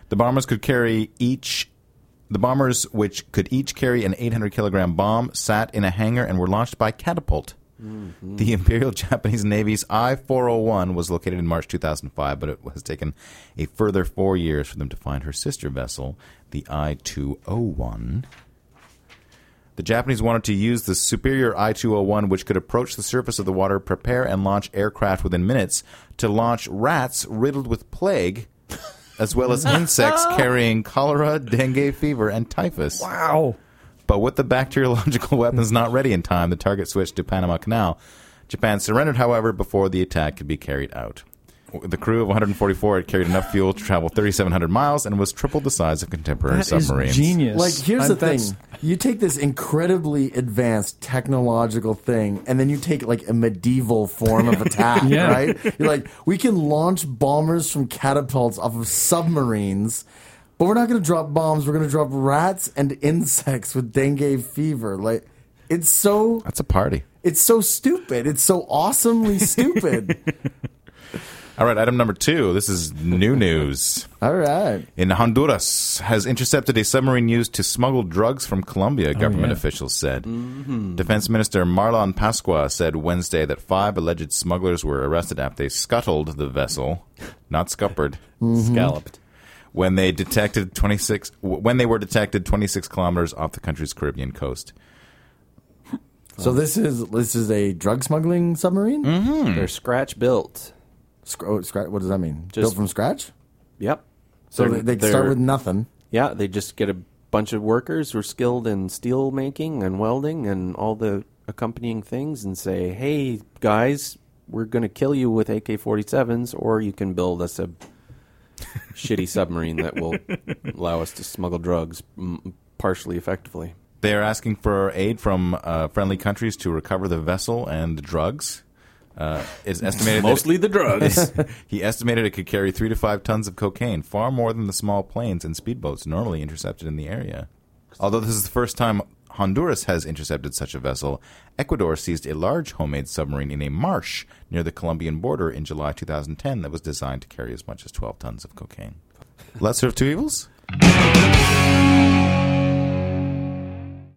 The bombers could carry each. The bombers, which could each carry an 800 kilogram bomb, sat in a hangar and were launched by catapult. The Imperial Japanese Navy's I 401 was located in March 2005, but it has taken a further four years for them to find her sister vessel, the I 201. The Japanese wanted to use the superior I 201, which could approach the surface of the water, prepare and launch aircraft within minutes, to launch rats riddled with plague, as well as insects carrying cholera, dengue fever, and typhus.
Wow.
But with the bacteriological weapons not ready in time, the target switched to Panama Canal Japan surrendered, however, before the attack could be carried out. The crew of 144 had carried enough fuel to travel 3,700 miles and was triple the size of contemporary
That is
submarines.
genius.
Like, here's
I-
the thing:
that's-
you take this incredibly advanced technological thing, and then you take like a medieval form of attack,
Yeah.
right? You're like, we can launch bombers from catapults off of submarines, but we're not going to drop bombs. We're going to drop rats and insects with dengue fever. Like, it's so
That's a party.
it's so stupid. It's so awesomely stupid.
All right, item number two. This is new news.
All right.
in Honduras has intercepted a submarine used to smuggle drugs from Colombia, government
yeah.
officials said. Defense Minister Marlon Pascua said Wednesday that five alleged smugglers were arrested after they scuttled the vessel, not scuppered,
Scalloped.
when they detected 26 w- when they were detected 26 kilometers off the country's Caribbean coast.
So this is this is a drug smuggling submarine.
Hmm? They're scratch built.
Sc- oh, scratch. What does that mean?
Just-
Built from scratch.
Yep.
So
They're-
they, they
they're-
start with nothing.
Yeah, they just get a bunch of workers who are skilled in steel making and welding and all the accompanying things and say, hey, guys, we're going to kill you with AK 47s, or you can build us a shitty submarine that will allow us to smuggle drugs mm, partially effectively.
They are asking for aid from uh, friendly countries to recover the vessel and the drugs. Uh, it's estimated that-
Mostly the drugs.
he estimated it could carry three to five tons of cocaine, far more than the small planes and speedboats normally intercepted in the area. Although this is the first time Honduras has intercepted such a vessel, Ecuador seized a large homemade submarine in a marsh near the Colombian border in July 2010 that was designed to carry as much as 12 tons of cocaine. Lesser of two evils?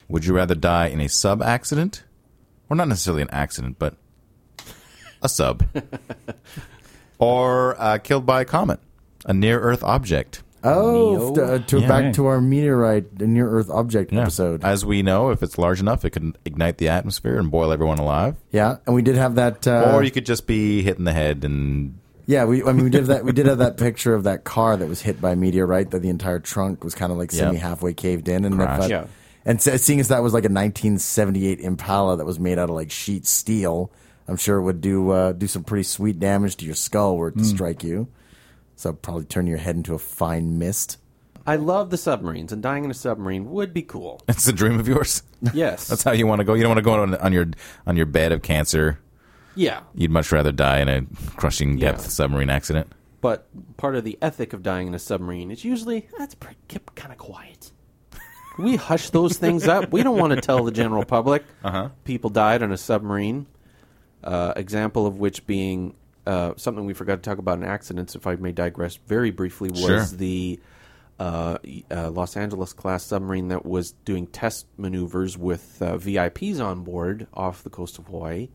Would you rather die in a sub accident? Or not necessarily an accident, but a sub or uh, killed by a comet, a near Earth object.
Oh,
Neo.
f- uh, to,
Yeah.
back to our meteorite near Earth object episode.
As we know, if it's large enough, it can ignite the atmosphere and boil everyone alive.
yeah, and we did have that. Uh,
or you could just be hit in the head and.
yeah, we. I mean, we did that. We did have that picture of that car that was hit by a meteorite. That the entire trunk was kind of like
Yep.
semi halfway caved in, and
Crashed.
that-
Yeah.
And se- seeing as that was like a 1978 Impala that was made out of like sheet steel, I'm sure it would do uh, do some pretty sweet damage to your skull were it to strike you. So probably turn your head into a fine mist.
I love the submarines, and dying in a submarine would be cool.
It's a dream of yours.
Yes.
That's how you want to go. You don't want to go on, on your on your bed of cancer.
yeah.
You'd much rather die in a crushing
Yeah.
depth submarine accident.
But part of the ethic of dying in a submarine is usually that's pretty, kept kind of quiet. We hush those things up. We don't want to tell the general public people died on a submarine. Uh, example of which being uh, something we forgot to talk about in accidents, if I may digress very briefly, was
Sure.
the uh, y- uh, Los Angeles class submarine that was doing test maneuvers with uh, VIPs on board off the coast of Hawaii.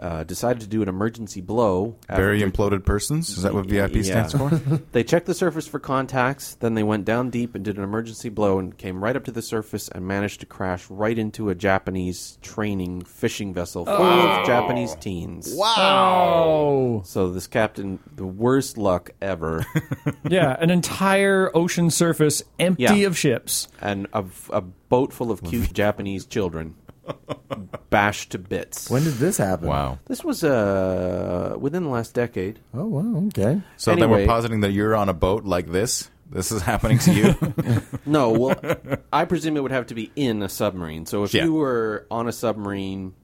Uh, decided to do an emergency blow. after-
Very imploded persons. Is that what VIP stands
yeah.
for?
they checked the surface for contacts, then they went down deep and did an emergency blow and came right up to the surface and managed to crash right into a Japanese training fishing vessel full of Japanese teens. Wow.
oh,
So this captain, the worst luck ever,
yeah, an entire ocean surface empty
Yeah.
of ships.
and a, a boat full of cute Japanese children bashed to bits.
When did this happen?
Wow.
this was uh, within the last decade.
Oh wow. Okay.
So then we're
Anyway.
positing that you're on a boat like this. This is happening to you.
No, well, I presume it would have to be in a submarine. So if
Yeah.
you were on a submarine,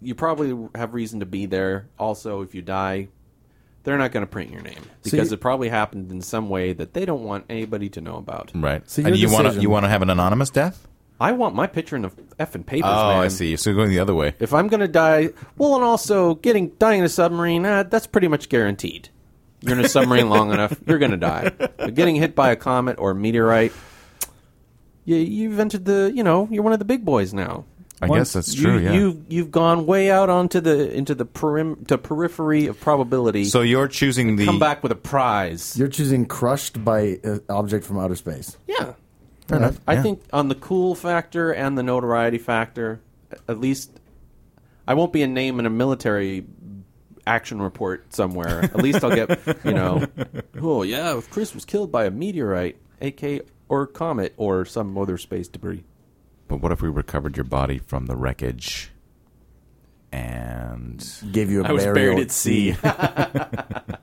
you probably have reason to be there. Also, if you die, they're not going to print your name because
you-
it probably happened in some way that they don't want anybody to know about.
Right.
So
and
your
you want to
decision-
you want to have an anonymous death?
I want my picture in the effing papers.
Oh, I
man.
see. So you're going the other way.
If I'm going to die, well, and also getting dying in a submarine, uh, that's pretty much guaranteed. You're in a submarine long enough, you're going to die. But getting hit by a comet or meteorite, you, you've entered the, you know, you're one of the big boys now.
I
Once
guess that's true.
you,
yeah.
You've you've gone way out onto the into the perim to periphery of probability.
so you're choosing the
come back with a prize.
You're choosing crushed by uh, object from outer space.
Yeah,
Fair enough.
I
Yeah.
think on the cool factor and the notoriety factor, at least I won't be a name in a military action report somewhere. at least I'll get you know, oh yeah, if Chris was killed by a meteorite, AK or comet or some other space debris.
But what if we recovered your body from the wreckage? and
Gave you a
I was
burial
buried at sea. I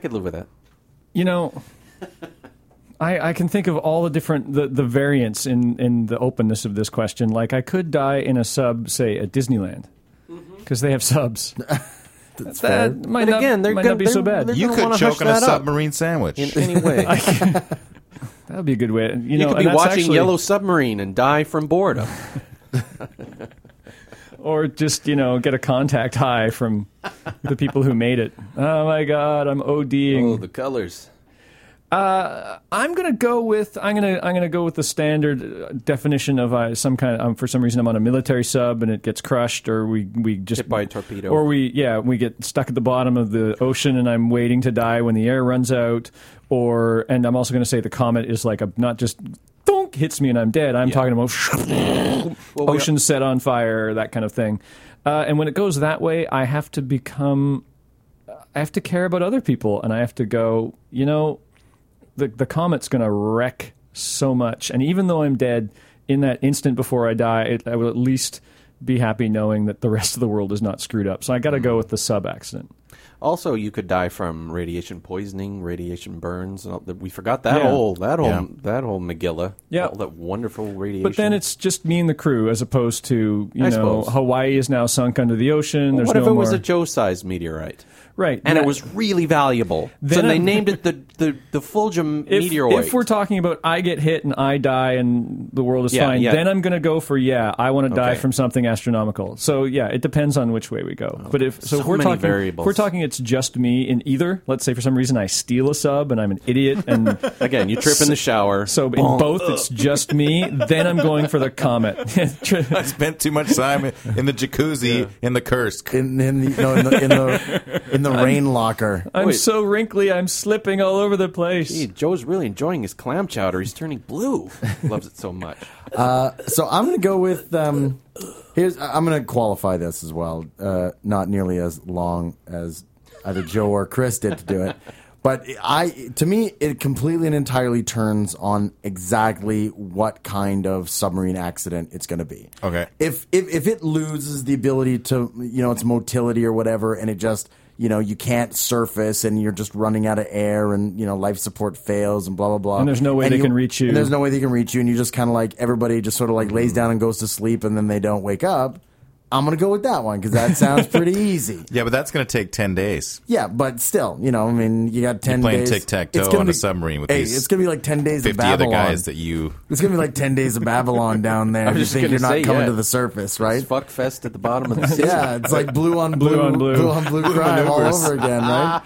could live with that.
you know I, I can think of all the different the, the variants in in the openness of this question like i could die in a sub say at disneyland because they have subs that might
Mm-hmm. But
not,
again, they're
might
gonna-
not be
they're-
so bad
they're-
you
don't
could
wanna
choke
hush
on a
that up.
submarine sandwich.
In any way,
that would be a good way you,
you
know
could
and
be
that's
watching
actually-
Yellow Submarine and die from boredom.
or just you know get a contact high from the people who made it oh my god i'm oding
oh, the colors.
Uh, I'm gonna go with I'm gonna I'm gonna go with the standard uh, definition of I some kind of um, for some reason I'm on a military sub and it gets crushed or we we just
Hit by a torpedo.
or we yeah we get stuck at the bottom of the ocean and I'm waiting to die when the air runs out or and I'm also gonna say the comet is like a not just thunk hits me and I'm dead I'm talking about
Well, we-
ocean set on fire that kind of thing uh, and when it goes that way I have to become I have to care about other people and I have to go you know the the comet's going to wreck so much. And even though I'm dead, in that instant before I die, it, I will at least be happy knowing that the rest of the world is not screwed up. So I got
Mm-hmm.
to go with the sub accident.
Also, you could die from radiation poisoning, radiation burns. And all, that- we forgot that
Yeah.
whole that whole
Yeah.
that whole Megillah.
Yeah.
all that wonderful radiation.
But then it's just me and the crew, as opposed to you
I
know
suppose.
Hawaii is now sunk under the ocean. There's
what
no
if it was
more-
a Joe-sized meteorite?
right,
And
that-
it was really valuable. so
Then
they
it-
named it the the the Fulgum
If,
meteorite.
if we're talking about I get hit and I die and the world is
Yeah,
fine,
yeah.
then I'm going to go for yeah, I want to die
Okay.
from something astronomical. So yeah, it depends on which way we go. But if so,
Oh, So
if we're
many
talking
variables.
if we're talking it's just me in either. Let's say for some reason I steal a sub and I'm an idiot and
Again, you trip in the shower.
so in both it's just me, then I'm going for the comet.
I spent too much time in- in the jacuzzi in the Kursk.
In, in the no, in the in the, in the rain locker.
I'm
Wait.
so wrinkly, I'm slipping all over the place.
Gee, Joe's really enjoying his clam chowder. He's turning blue. Loves it so much.
So I'm going to go with um, here's I'm going to qualify this as well. Uh, not nearly as long as either Joe or Chris did to do it, but I to me it completely and entirely turns on exactly what kind of submarine accident it's going to be.
Okay.
If if if it loses the ability to you know its motility or whatever, and it just you know you can't surface and you're just running out of air and you know life support fails and blah blah blah
And there's no way they can reach you.
and there's no way they can reach you, and you just kind of like everybody just sort of like lays down and goes to sleep, and then they don't wake up. I'm gonna go with that one because that sounds pretty easy.
Yeah, but that's going to take 10 days.
Yeah, but still, you know, I mean, you got 10
playing
days.
tic-tac-toe
It's gonna
on a
be-
submarine with
hey,
these
It's gonna be like ten days
50
of Babylon.
other guys that you.
it's gonna be like ten days of Babylon down there.
I'm
and You
just
think
gonna
you're not
say,
coming
yeah.
to the surface, right?
It's fuck fest at the bottom of the sea.
Yeah, it's like blue on blue,
on blue.
on blue crime all over again, right?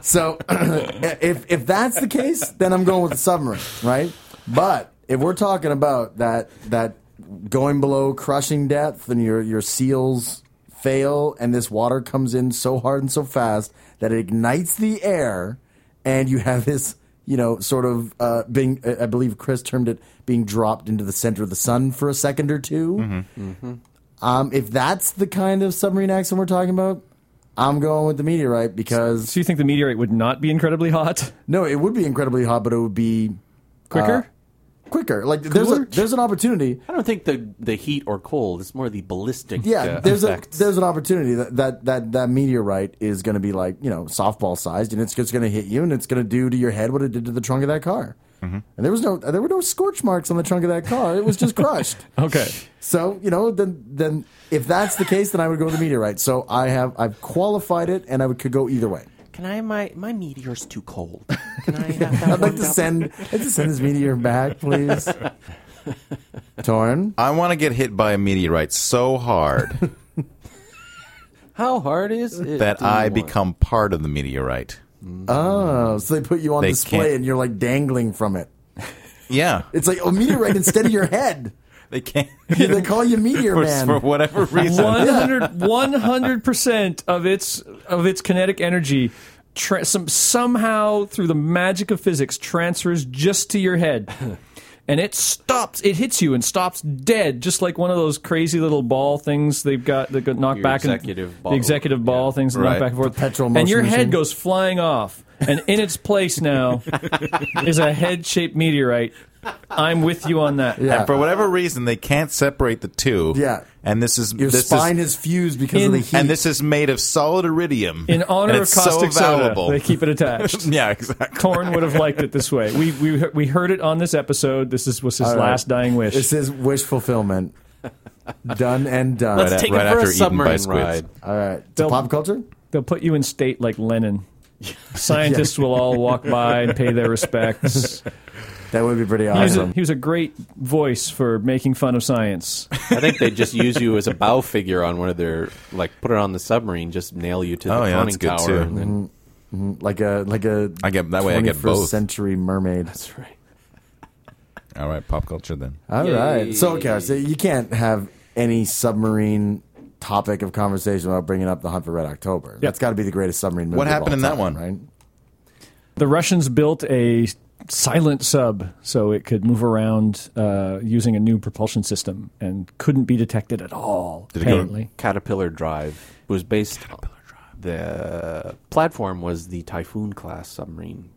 So, if if that's the case, then I'm going with the submarine, right? But if we're talking about that that going below crushing depth and your your seals fail and this water comes in so hard and so fast that it ignites the air and you have this you know sort of uh, being I I believe Chris termed it being dropped into the center of the sun for a second or 2 um, if that's the kind of submarine accident we're talking about, I'm going with the meteorite because
So you think the meteorite would not be incredibly hot?
no, it would be incredibly hot, but it would be uh,
Uh,
Quicker?
quicker. Like there's a,
Cooler?
there's an opportunity.
I don't think the the heat or cold. It's more the ballistic.
Yeah,
uh,
there's
effects.
a there's an opportunity that that that, that meteorite is going to be like you know softball sized, and it's just going to hit you, and it's going to do to your head what it did to the trunk of that car. And there was no there were no scorch marks on the trunk of that car. It was just crushed.
okay.
So you know, then then if that's the case, then I would go with the meteorite. So I have I've qualified it, and I would, could go either way.
Can I my my meteor's too cold? Can I have that
I'd like
warmed
to
up?
send I'd like to send this meteor back, please. Torn.
I want to get hit by a meteorite so hard
How hard is it?
that
do you
I
want?
become part of the meteorite.
Oh, so they put you on
They
display
can't-
and you're like dangling from it.
Yeah.
It's like a meteorite instead of your head.
They can't.
They call you Meteor
for,
Man.
for whatever reason.
100 percent of its of its kinetic energy tra- some, somehow through the magic of physics transfers just to your head and it stops it hits you and stops dead just like one of those crazy little ball things they've got that got knocked
Your
back
executive
and,
ball.
the executive ball things that
Right.
knock back and forth
Perpetual motion
and your
machine.
head goes flying off and in its place now is a head-shaped meteorite I'm with you on that.
Yeah.
And for whatever reason, they can't separate the two.
Yeah.
And this is
Your
this
spine is,
is,
fused because
In-
of the heat.
and this is made of solid iridium.
In honor
and
of
it's
caustic
so
soda,
valuable.
they keep it attached.
yeah, exactly.
Corn would have liked it this way. We we we heard it on this episode. This is was his
All right.
last dying wish.
This is wish fulfillment. done and done.
Let's
Right
take
a- right
it for a
after eaten by
submarine
squids.
ride.
All right. To pop culture?
They'll put you in state like Lenin. Scientists will all walk by and pay their respects.
That would be pretty
He was, a,
awesome.
he was a great voice for making fun of science.
I think they just use you as a bow figure on one of their like put it on the submarine, just nail you to the
Oh, yeah,
conning
that's good,
tower,
too.
and then
Like a like a
I get- that way I get
21st
both.
century mermaid.
that's right.
All right, pop culture then.
All
Yay.
right. So okay, so you can't have any submarine topic of conversation without bringing up the Hunt for Red October. That's got to be the greatest submarine movie.
What
of
happened
all
in that
time,
one?
Right.
The Russians built a silent sub so it could move around uh, using a new propulsion system and couldn't be detected at all.
Did it go-
apparently,
Caterpillar Drive was based. The platform was the Typhoon class submarine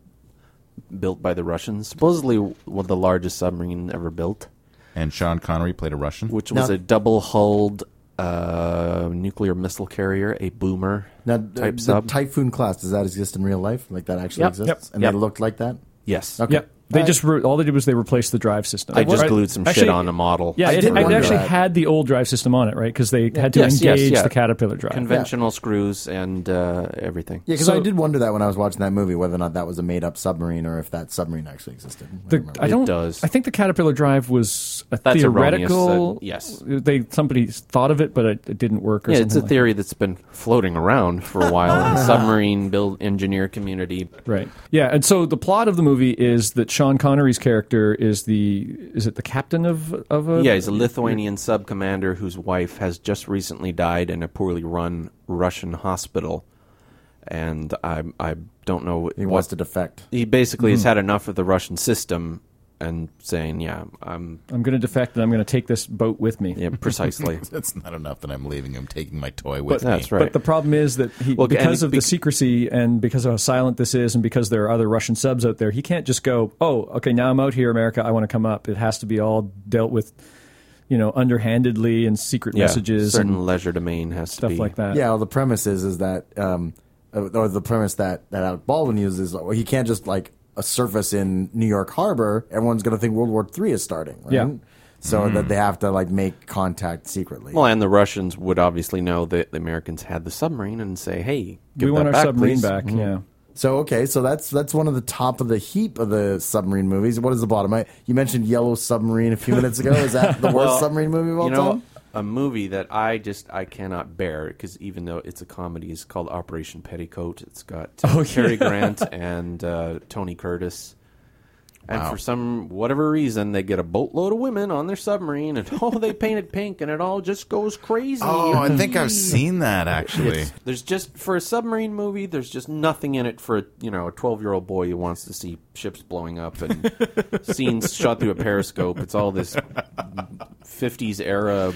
built by the Russians, supposedly one of the largest submarine ever built,
And Sean Connery played a Russian.
which was
Now-
a double hulled uh, nuclear missile carrier, a boomer
Now, the-
type
the
sub.
Typhoon class does that exist in real life? Like that actually
Yep,
exists,
yep,
and
yep.
they looked like that.
yes,
Okay.
yep. They
All right.
just re- all they did was they replaced the drive system.
I just
Right.
glued some shit
Actually,
on a model.
Yeah,
I
it,
did
it
wonder
actually
that.
had the old drive system on it, right? Because they had to
Yes, yes,
engage
yeah.
the caterpillar drive.
conventional screws and uh, everything.
Yeah, because
So-
I did wonder that when I was watching that movie, whether or not that was a made-up submarine or if that submarine actually existed. I
The,
remember.
I don't.
does.
I think the Caterpillar Drive was a
That's erroneous,
theoretical.
uh, yes.
they somebody thought of it, but it, it didn't work. Or
Yeah,
something
it's a
like
theory that's been floating around for a while in
Ah.
the submarine build engineer community.
that. right? Yeah, and so the plot of the movie is that Sean Connery's character is the is it the captain of of a
Yeah, he's a Lithuanian sub commander whose wife has just recently died in a poorly run Russian hospital, and I I don't know
he
what
wants to defect.
he basically
Hmm.
has had enough of the Russian system and saying, yeah, I'm
I'm going to defect and I'm going to take this boat with me.
yeah precisely.
That's not enough that I'm leaving. I'm taking my toy with me.
That's right.
But the problem is that he,
Well,
because
and
of the
be-
secrecy and because of how silent this is, and because there are other Russian subs out there, he can't just go, "Oh, okay, now I'm out here, America. I want to come up." It has to be all dealt with, you know, underhandedly and secret
Yeah,
messages
certain
and
leisure domain has to
stuff
be
like that.
Yeah, well, the premise is is that, um, uh, or the premise that that Alec Baldwin uses, well, he can't just like a surface in New York Harbor. Everyone's going to think World War III is starting, right?
Yeah.
So that they have to like make contact secretly.
Well, and the Russians would obviously know that the Americans had the submarine and say, "Hey, give
we want
that back,
our submarine
please." Mm-hmm.
back. Yeah.
so okay, so that's that's one of the top of the heap of the submarine movies. What is the bottom? I, you mentioned Yellow Submarine a few minutes ago. Is that the worst
Well,
submarine movie of all
you know,
time?
A movie that I just I cannot bear because even though it's a comedy, it's called Operation Petticoat. It's got uh,
Oh,
Cary Grant and uh, Tony Curtis. And for some whatever reason, they get a boatload of women on their submarine, and oh, they paint it pink, and it all just goes crazy.
Oh, I think I've seen that actually.
There's just for a submarine movie. There's just nothing in it for a you know a 12 year old boy who wants to see ships blowing up and scenes shot through a periscope. It's all this 50s era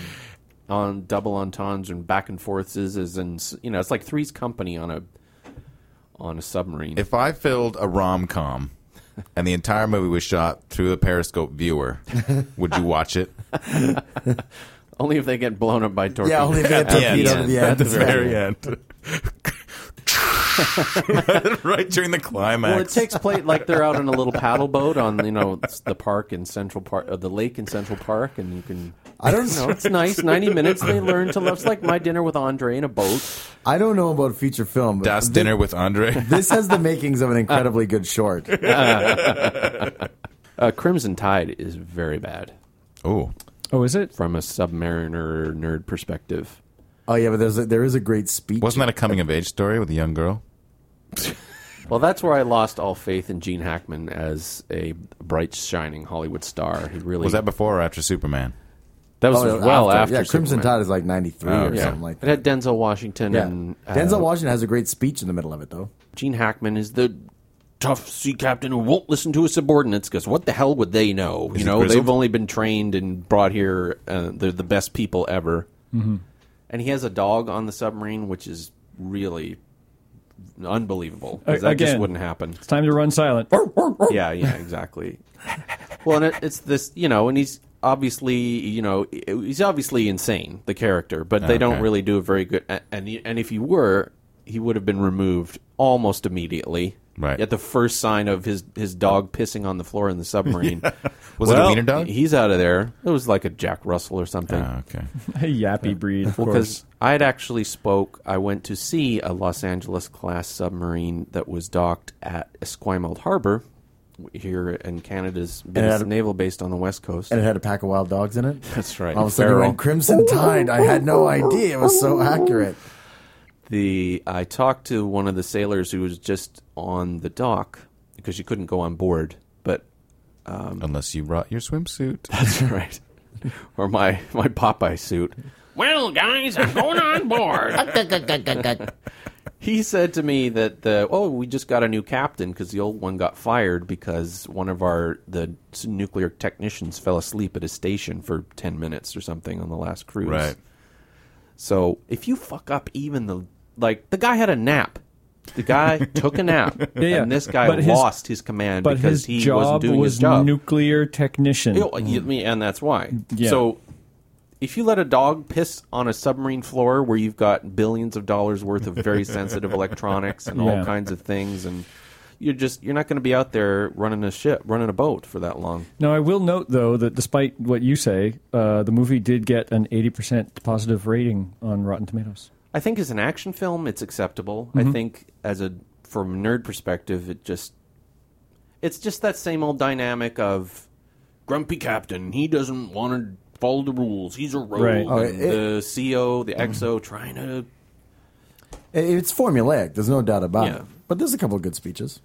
on double entendres and back and forths is and you know it's like Three's Company on a on a submarine.
If I filled a rom com and the entire movie was shot through a periscope viewer, would you watch it?
only if they get blown up by torpedoes.
Yeah, only if they get torpedoed at the end.
At the
Yeah.
very end. right, right during the climax.
Well, it takes place like they're out on a little paddle boat on you know the park in Central Park, uh, the lake in Central Park, and you can.
I don't
know. It's nice. Ninety minutes. They learn to love. It's like my dinner with Andre in a boat.
I don't know about feature film. but
Das
thi-
dinner with Andre.
This has the makings of an incredibly good short.
Uh, Crimson Tide is very bad
Oh,
Oh, is it?
from a submariner nerd perspective.
Oh yeah, but there's a, there is a great speech.
wasn't that a coming of age story with a young girl?
Well, that's where I lost all faith in Gene Hackman as a bright, shining Hollywood star. He really
Was that before or after Superman?
that was
Oh,
well after,
yeah, Crimson
Superman. Oh,
Tide is like '93 or
yeah.
something like
It
that.
had Denzel Washington
Yeah.
and uh,
Denzel Washington has a great speech in the middle of it, though.
Gene Hackman is the tough sea captain who won't listen to his subordinates because what the hell would they know? you
he
know,
grizzled?
they've only been trained and brought here. Uh, they're the best people ever. Mm-hmm. And he has a dog on the submarine, which is really unbelievable. 'cause
A-
that just
again.
wouldn't happen.
It's time to run silent.
yeah, yeah, exactly. well, and it, it's this, you know, and he's obviously, you know, he's obviously insane, the character, but they don't
Okay.
really do a very good. And and if he were, he would have been removed almost immediately.
Right.
At the first sign of his his dog pissing on the floor in the submarine.
Was it a
Well,
wiener dog?
He's out of there. It was like a Jack Russell or something.
Ah, okay.
yappy breed, of course.
because I had actually spoke. I went to see a Los Angeles class submarine that was docked at Esquimalt Harbor here in Canada's biggest
had-
naval base on the west coast.
and it had a pack of wild dogs in it.
That's right.
All of a sudden, it
Feral.
went Crimson Tide. I had no idea. It was so accurate.
the I talked to one of the sailors who was just on the dock because you couldn't go on board, but
Unless you brought your swimsuit.
that's right. or my my Popeye suit.
Well, guys, I'm going on board.
He said to me that the oh we just got a new captain because the old one got fired because one of our the s- nuclear technicians fell asleep at his station for ten minutes or something on the last cruise.
Right.
So if you fuck up even the like the guy had a nap. The guy took a nap,
yeah.
and this guy
But his-
lost his command
But
because
his
he wasn't
job
doing
was
his job.
nuclear technician.
You know, you- me- and that's why.
Mm-hmm. Yeah.
So, if you let a dog piss on a submarine floor where you've got billions of dollars worth of very sensitive electronics and all
Yeah.
kinds of things, and you're just you're not going to be out there running a ship, running a boat for that long.
Now, I will note, though, that despite what you say, uh, the movie did get an 80% positive rating on Rotten Tomatoes.
I think as an action film, it's acceptable.
Mm-hmm.
I think as a from a nerd perspective, it just it's just that same old dynamic of grumpy captain. He doesn't want to follow the rules. He's a rogue.
Right. Oh,
and
it-
the CO, the XO, trying to
It- It's formulaic. There's no doubt about
Yeah.
it. But there's a couple of good speeches.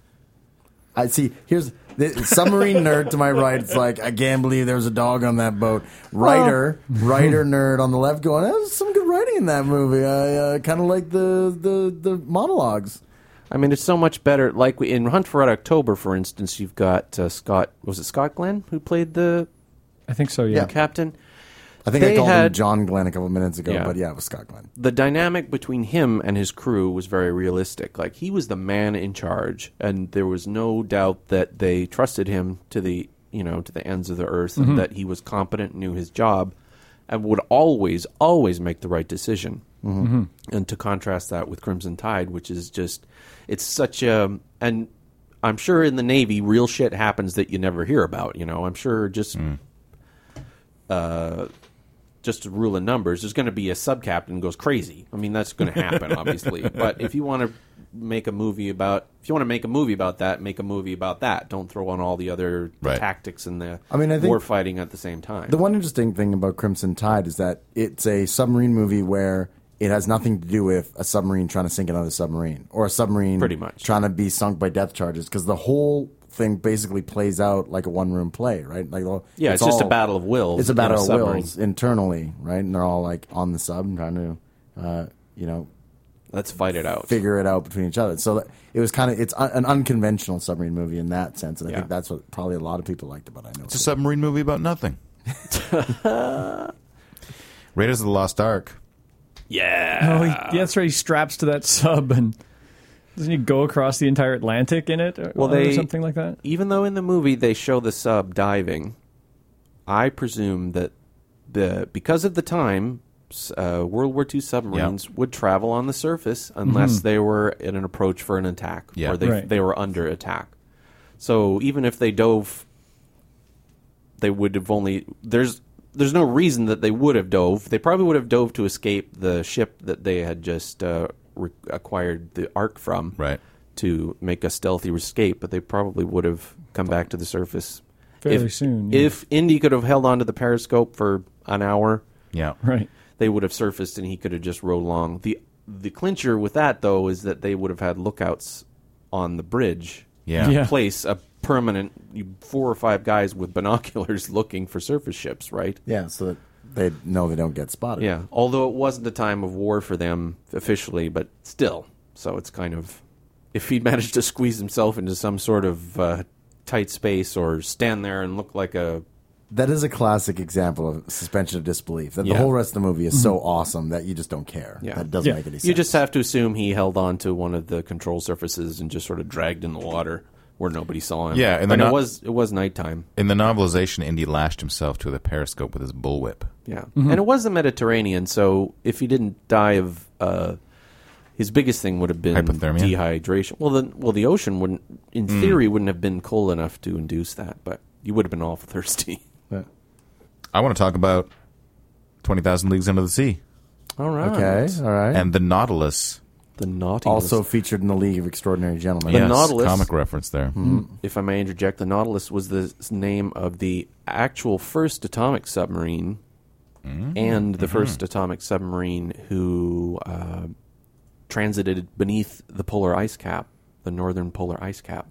I see. Here's the submarine nerd to my right. It's like I can't believe there was a dog on that boat. Writer, writer nerd on the left going. That was some good writing in that movie. I uh, kind of like the, the the monologues.
I mean, it's so much better. Like we, in Hunt for Red October, for instance, you've got uh, Scott. Was it Scott Glenn who played the
I think so, yeah.
captain?
I think
They
I called him
had-
John Glenn a couple minutes ago,
Yeah.
but yeah, it was Scott Glenn.
The dynamic between him and his crew was very realistic. Like he was the man in charge, and there was no doubt that they trusted him to the you know to the ends of the earth, and that he was competent, knew his job, and would always always make the right decision. Mm-hmm. And to contrast that with Crimson Tide, which is just it's such a and I'm sure in the Navy, real shit happens that you never hear about. You know, I'm sure just just a rule of numbers, there's going to be a sub captain goes crazy. I mean, that's going to happen, obviously. But if you want to make a movie about, if you want to make a movie about that, make a movie about that. Don't throw on all the other
Right.
tactics and the
I mean, I think-
war fighting at the same time.
The one interesting thing about Crimson Tide is that it's a submarine movie where it has nothing to do with a submarine trying to sink another submarine or a submarine
Pretty much.
trying to be sunk by depth charges because the whole thing basically plays out like a one room play, right? Like well,
yeah, it's, just
all-
a battle of wills.
It's a
in
battle of
submarine.
wills internally, right? And they're all like on the sub and trying to, uh, you know,
Let's fight it out.
figure it out between each other. So that- it was kind of it's un- an unconventional submarine movie in that sense, and I
Yeah.
think that's what probably a lot of people liked about. it. I know
It's a submarine movie about nothing. Raiders of the Lost Ark.
Oh,
yeah.
he, yeah, that's right. He straps to that sub and doesn't he go across the entire Atlantic in it or,
Well,
or
they-
something like that?
Even though in the movie they show the sub diving, I presume that the because of the time, s- uh, World War II submarines would travel on the surface unless they were in an approach for an attack
Yeah.
or they
Right.
they were under attack. So even if they dove, they would have only there's there's no reason that they would have dove. They probably would have dove to escape the ship that they had just uh, re- acquired the Ark from
Right.
to make a stealthy escape, but they probably would have come back to the surface
Fairly
if,
soon, yeah.
If Indy could have held onto the periscope for an hour,
Yeah.
Right.
they would have surfaced and he could have just rowed along. the The clincher with that though is that they would have had lookouts on the bridge.
Yeah.
Yeah.
place a permanent you- four or five guys with binoculars looking for surface ships, right?
Yeah, so that they know they don't get spotted.
Yeah. Although it wasn't a time of war for them officially, but still. So it's kind of. If he'd managed to squeeze himself into some sort of uh, tight space or stand there and look like a.
That is a classic example of suspension of disbelief. That
Yeah. Mm-hmm.
the whole rest of the movie is so awesome that you just don't care.
Yeah.
That doesn't
Yeah.
make any sense.
You just have to assume he held on to one of the control surfaces and just sort of dragged in the water where nobody saw him.
Yeah, and
and,
they're
it
not-
was it was nighttime.
In the novelization, Indy lashed himself to the periscope with his bullwhip.
Yeah, and it was the Mediterranean. So if he didn't die of uh, his biggest thing would have been
Hypothermia?
dehydration. Well, then, well, the ocean wouldn't, in theory, wouldn't have been cold enough to induce that, but you would have been awful thirsty.
I want to talk about 20,000 Leagues Under the Sea
All right.
Okay, all right.
and the Nautilus.
The Nautilus.
also featured in the League of Extraordinary Gentlemen.
yes,
Nautilus- Hmm.
comic reference there.
if I may interject, the Nautilus was the s- name of the actual first atomic submarine and the first atomic submarine who uh, transited beneath the polar ice cap, the northern polar ice cap.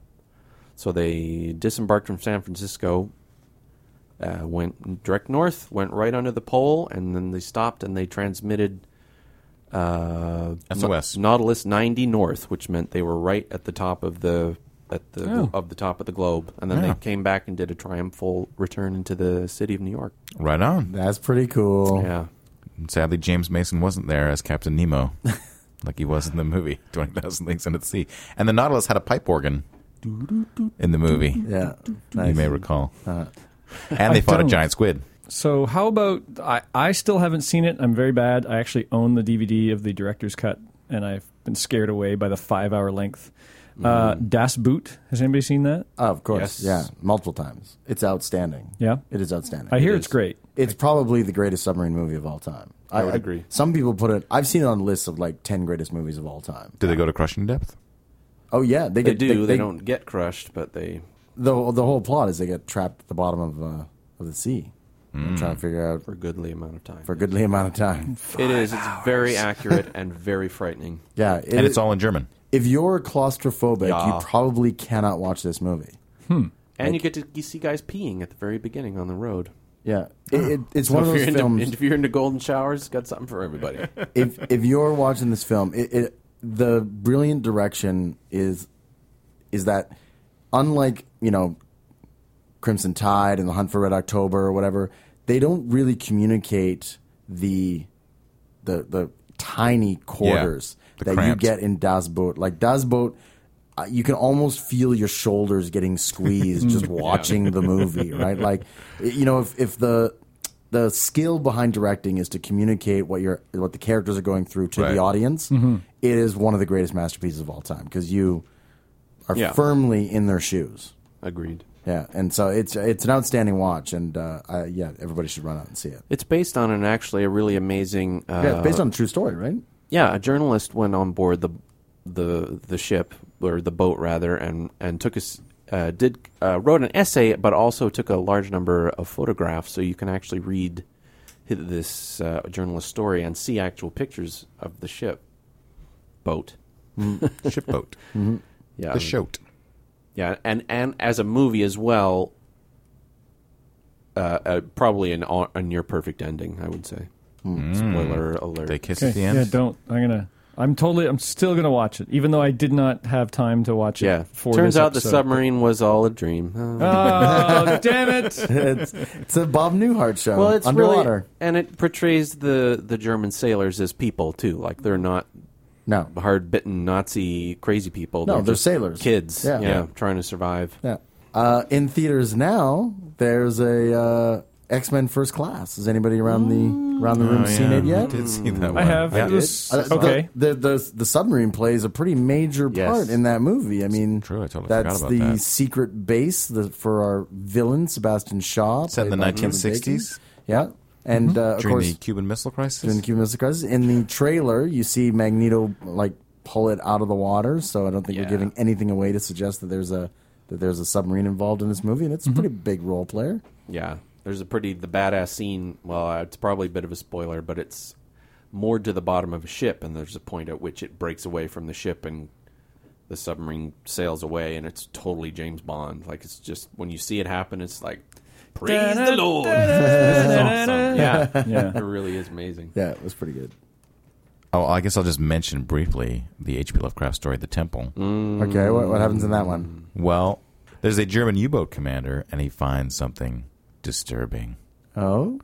So they disembarked from San Francisco, uh, went direct north, went right under the pole, and then they stopped and they transmitted. Uh,
SOS.
Na- Nautilus 90 north, which meant they were right at the top of the at the
Oh.
of the top of the globe, and then
Yeah.
they came back and did a triumphal return into the city of New York.
Right on.
That's pretty cool.
Yeah,
Sadly, James Mason wasn't there as Captain Nemo, like he was in the movie 20,000 Leagues Under the Sea. And the Nautilus had a pipe organ in the movie,
Yeah.
you
Nice.
may recall. And they fought a
don't.
giant squid.
So how about I, I still haven't seen it. I'm very bad. I actually own the DVD of the director's cut, and I've been scared away by the five hour length. Uh,
Mm-hmm.
Das Boot. Has anybody seen that?
Oh, of course.
Yes.
Yeah. Multiple times. It's outstanding.
Yeah.
It is outstanding.
I hear
It
it's
is.
great.
It's probably the greatest submarine movie of all time. I,
would agree.
some people put it. I've seen it on lists of like ten greatest movies of all time.
Did they go to crushing depth?
Oh yeah, they,
they
get,
do. They, don't get crushed, but they
The the whole plot is they get trapped at the bottom of uh, of the sea, They're
Mm.
trying to figure out
for a goodly amount of time.
for a goodly amount of time.
it is. It's very accurate and very frightening.
Yeah, it-
And it's all in German.
If you're claustrophobic,
Yeah.
you probably cannot watch this movie.
And you get to you see guys peeing at the very beginning on the road.
Yeah, it, it, it's one of
if,
those
you're into,
films.
if you're into golden showers, it's got something for everybody.
if if you're watching this film, it, it the brilliant direction is is that unlike you know Crimson Tide and The Hunt for Red October or whatever, they don't really communicate the the the tiny quarters
the
that
cramps.
you get in Das Boot. Like Das Boot, uh, you can almost feel your shoulders getting squeezed just watching the movie, right? Like, you know, if if the the skill behind directing is to communicate what your what the characters are going through to
Right.
the audience.
Mm-hmm.
it is one of the greatest masterpieces of all time because you are
Yeah.
firmly in their shoes.
Agreed.
Yeah, and so it's it's an outstanding watch, and uh, I, yeah, everybody should run out and see it.
It's based on an actually a really amazing. Uh,
Yeah, it's based on a true story, right?
Yeah, a journalist went on board the the the ship or the boat rather, and and took a s- uh, did uh, wrote an essay, but also took a large number of photographs, so you can actually read hi- this uh, journalist story and see actual pictures of the ship boat.
Shipboat.
Yeah,
the shoat.
Yeah, and and as a movie as well, uh, uh, probably an au- a near perfect ending, I would say. Hmm.
Mm.
Spoiler alert.
They kiss
Okay.
at the end.
Yeah, don't. I'm gonna. I'm totally. I'm still gonna watch it, even though I did not have time to watch it.
yeah,
For
turns
this
out the
episode.
submarine was all a dream. Oh.
Oh damn it!
it's, it's a Bob Newhart show.
Well, it's
Oh. underwater.
really and it portrays the the German sailors as people too. Like they're not
no,
hard bitten Nazi crazy people.
No, they're
just
sailors.
kids.
Yeah.
Yeah.
Yeah.
trying to survive.
yeah. Uh, in theaters now, there's a uh, X Men First Class. Has anybody around the around the room
Oh,
seen
yeah.
it yet?
I did see that one.
I have.
Yeah.
It was,
Uh, the-
okay.
The, the, the submarine plays a pretty major
Yes.
part in that movie. I mean,
true. I totally
that's
forgot about
the
that.
secret base the, for our villain Sebastian Shaw.
Set
played
in the Mm-hmm.
by Kevin
1960s?
Bacon. Yeah, and uh, of
During
course
the Cuban Missile Crisis?
during the Cuban Missile Crisis. In the trailer, you see Magneto like pull it out of the water. So I don't think we're
Yeah.
giving anything away to suggest that there's a that there's a submarine involved in this movie, and it's a pretty big role player.
Yeah, there's a pretty the badass scene. Well, uh, it's probably a bit of a spoiler, but it's moored to the bottom of a ship, and there's a point at which it breaks away from the ship and the submarine sails away, and it's totally James Bond. Like it's just when you see it happen, it's like praise the Lord. this is awesome. Yeah,
Yeah.
it really is amazing.
Yeah, it was pretty good.
Oh, I guess I'll just mention briefly the H.P. Lovecraft story, The Temple.
Mm. Okay, what, what happens in that one?
Well, there's a German U boat commander, and he finds something disturbing.
Oh,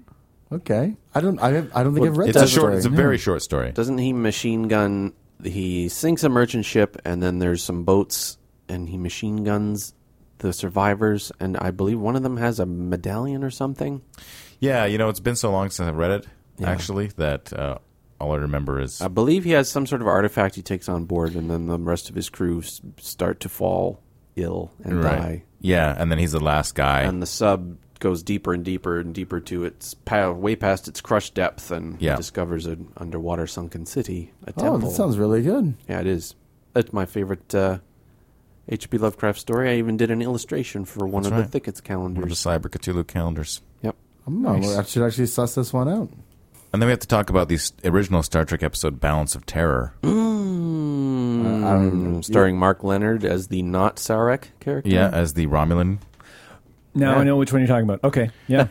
okay. I don't. I, have, I don't think I've read
It's
that
a short,
story.
it's a very short story.
Doesn't he machine gun? He sinks a merchant ship, and then there's some boats and he machine guns the survivors, and I believe one of them has a medallion or something.
Yeah, you know, it's been so long since I've read it, actually, that uh, all I remember is
I believe he has some sort of artifact he takes on board, and then the rest of his crew s- start to fall ill and die.
Yeah, and then he's the last guy.
And the sub goes deeper and deeper and deeper to its pa- way past its crushed depth, and
Yeah.
discovers an underwater sunken city, a
Oh,
temple.
that sounds really good.
yeah, it is. That's my favorite uh, H.P. Lovecraft story. I even did an illustration for one of the
right.
thickets
One of the
calendars.
Cyber Cthulhu calendars.
Yep.
I'm not- I should actually suss this one out.
And then we have to talk about the s- original Star Trek episode Balance of Terror. Mm-hmm.
Mm, starring Mark Leonard as the not Sarek character.
Yeah, as the Romulan.
Now I know which one you're talking about. Okay, yeah.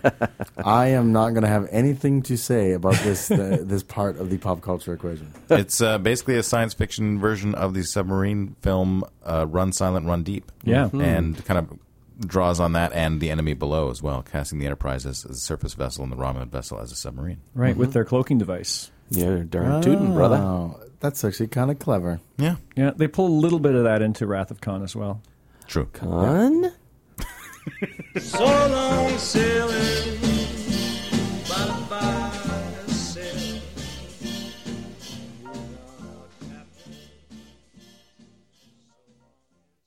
I am not going to have anything to say about this uh, this part of the pop culture equation.
it's uh, basically a science fiction version of the submarine film uh, Run Silent, Run Deep.
Yeah. Mhm.
And kind of draws on that and the enemy below as well, casting the Enterprise as, as a surface vessel and the Romulan vessel as a submarine.
right, with their cloaking device.
Yeah, darn tootin', brother.
Oh, that's actually kind of clever.
Yeah.
Yeah, they pull a little bit of that into Wrath of Khan as well.
True.
Fun?
So long sailing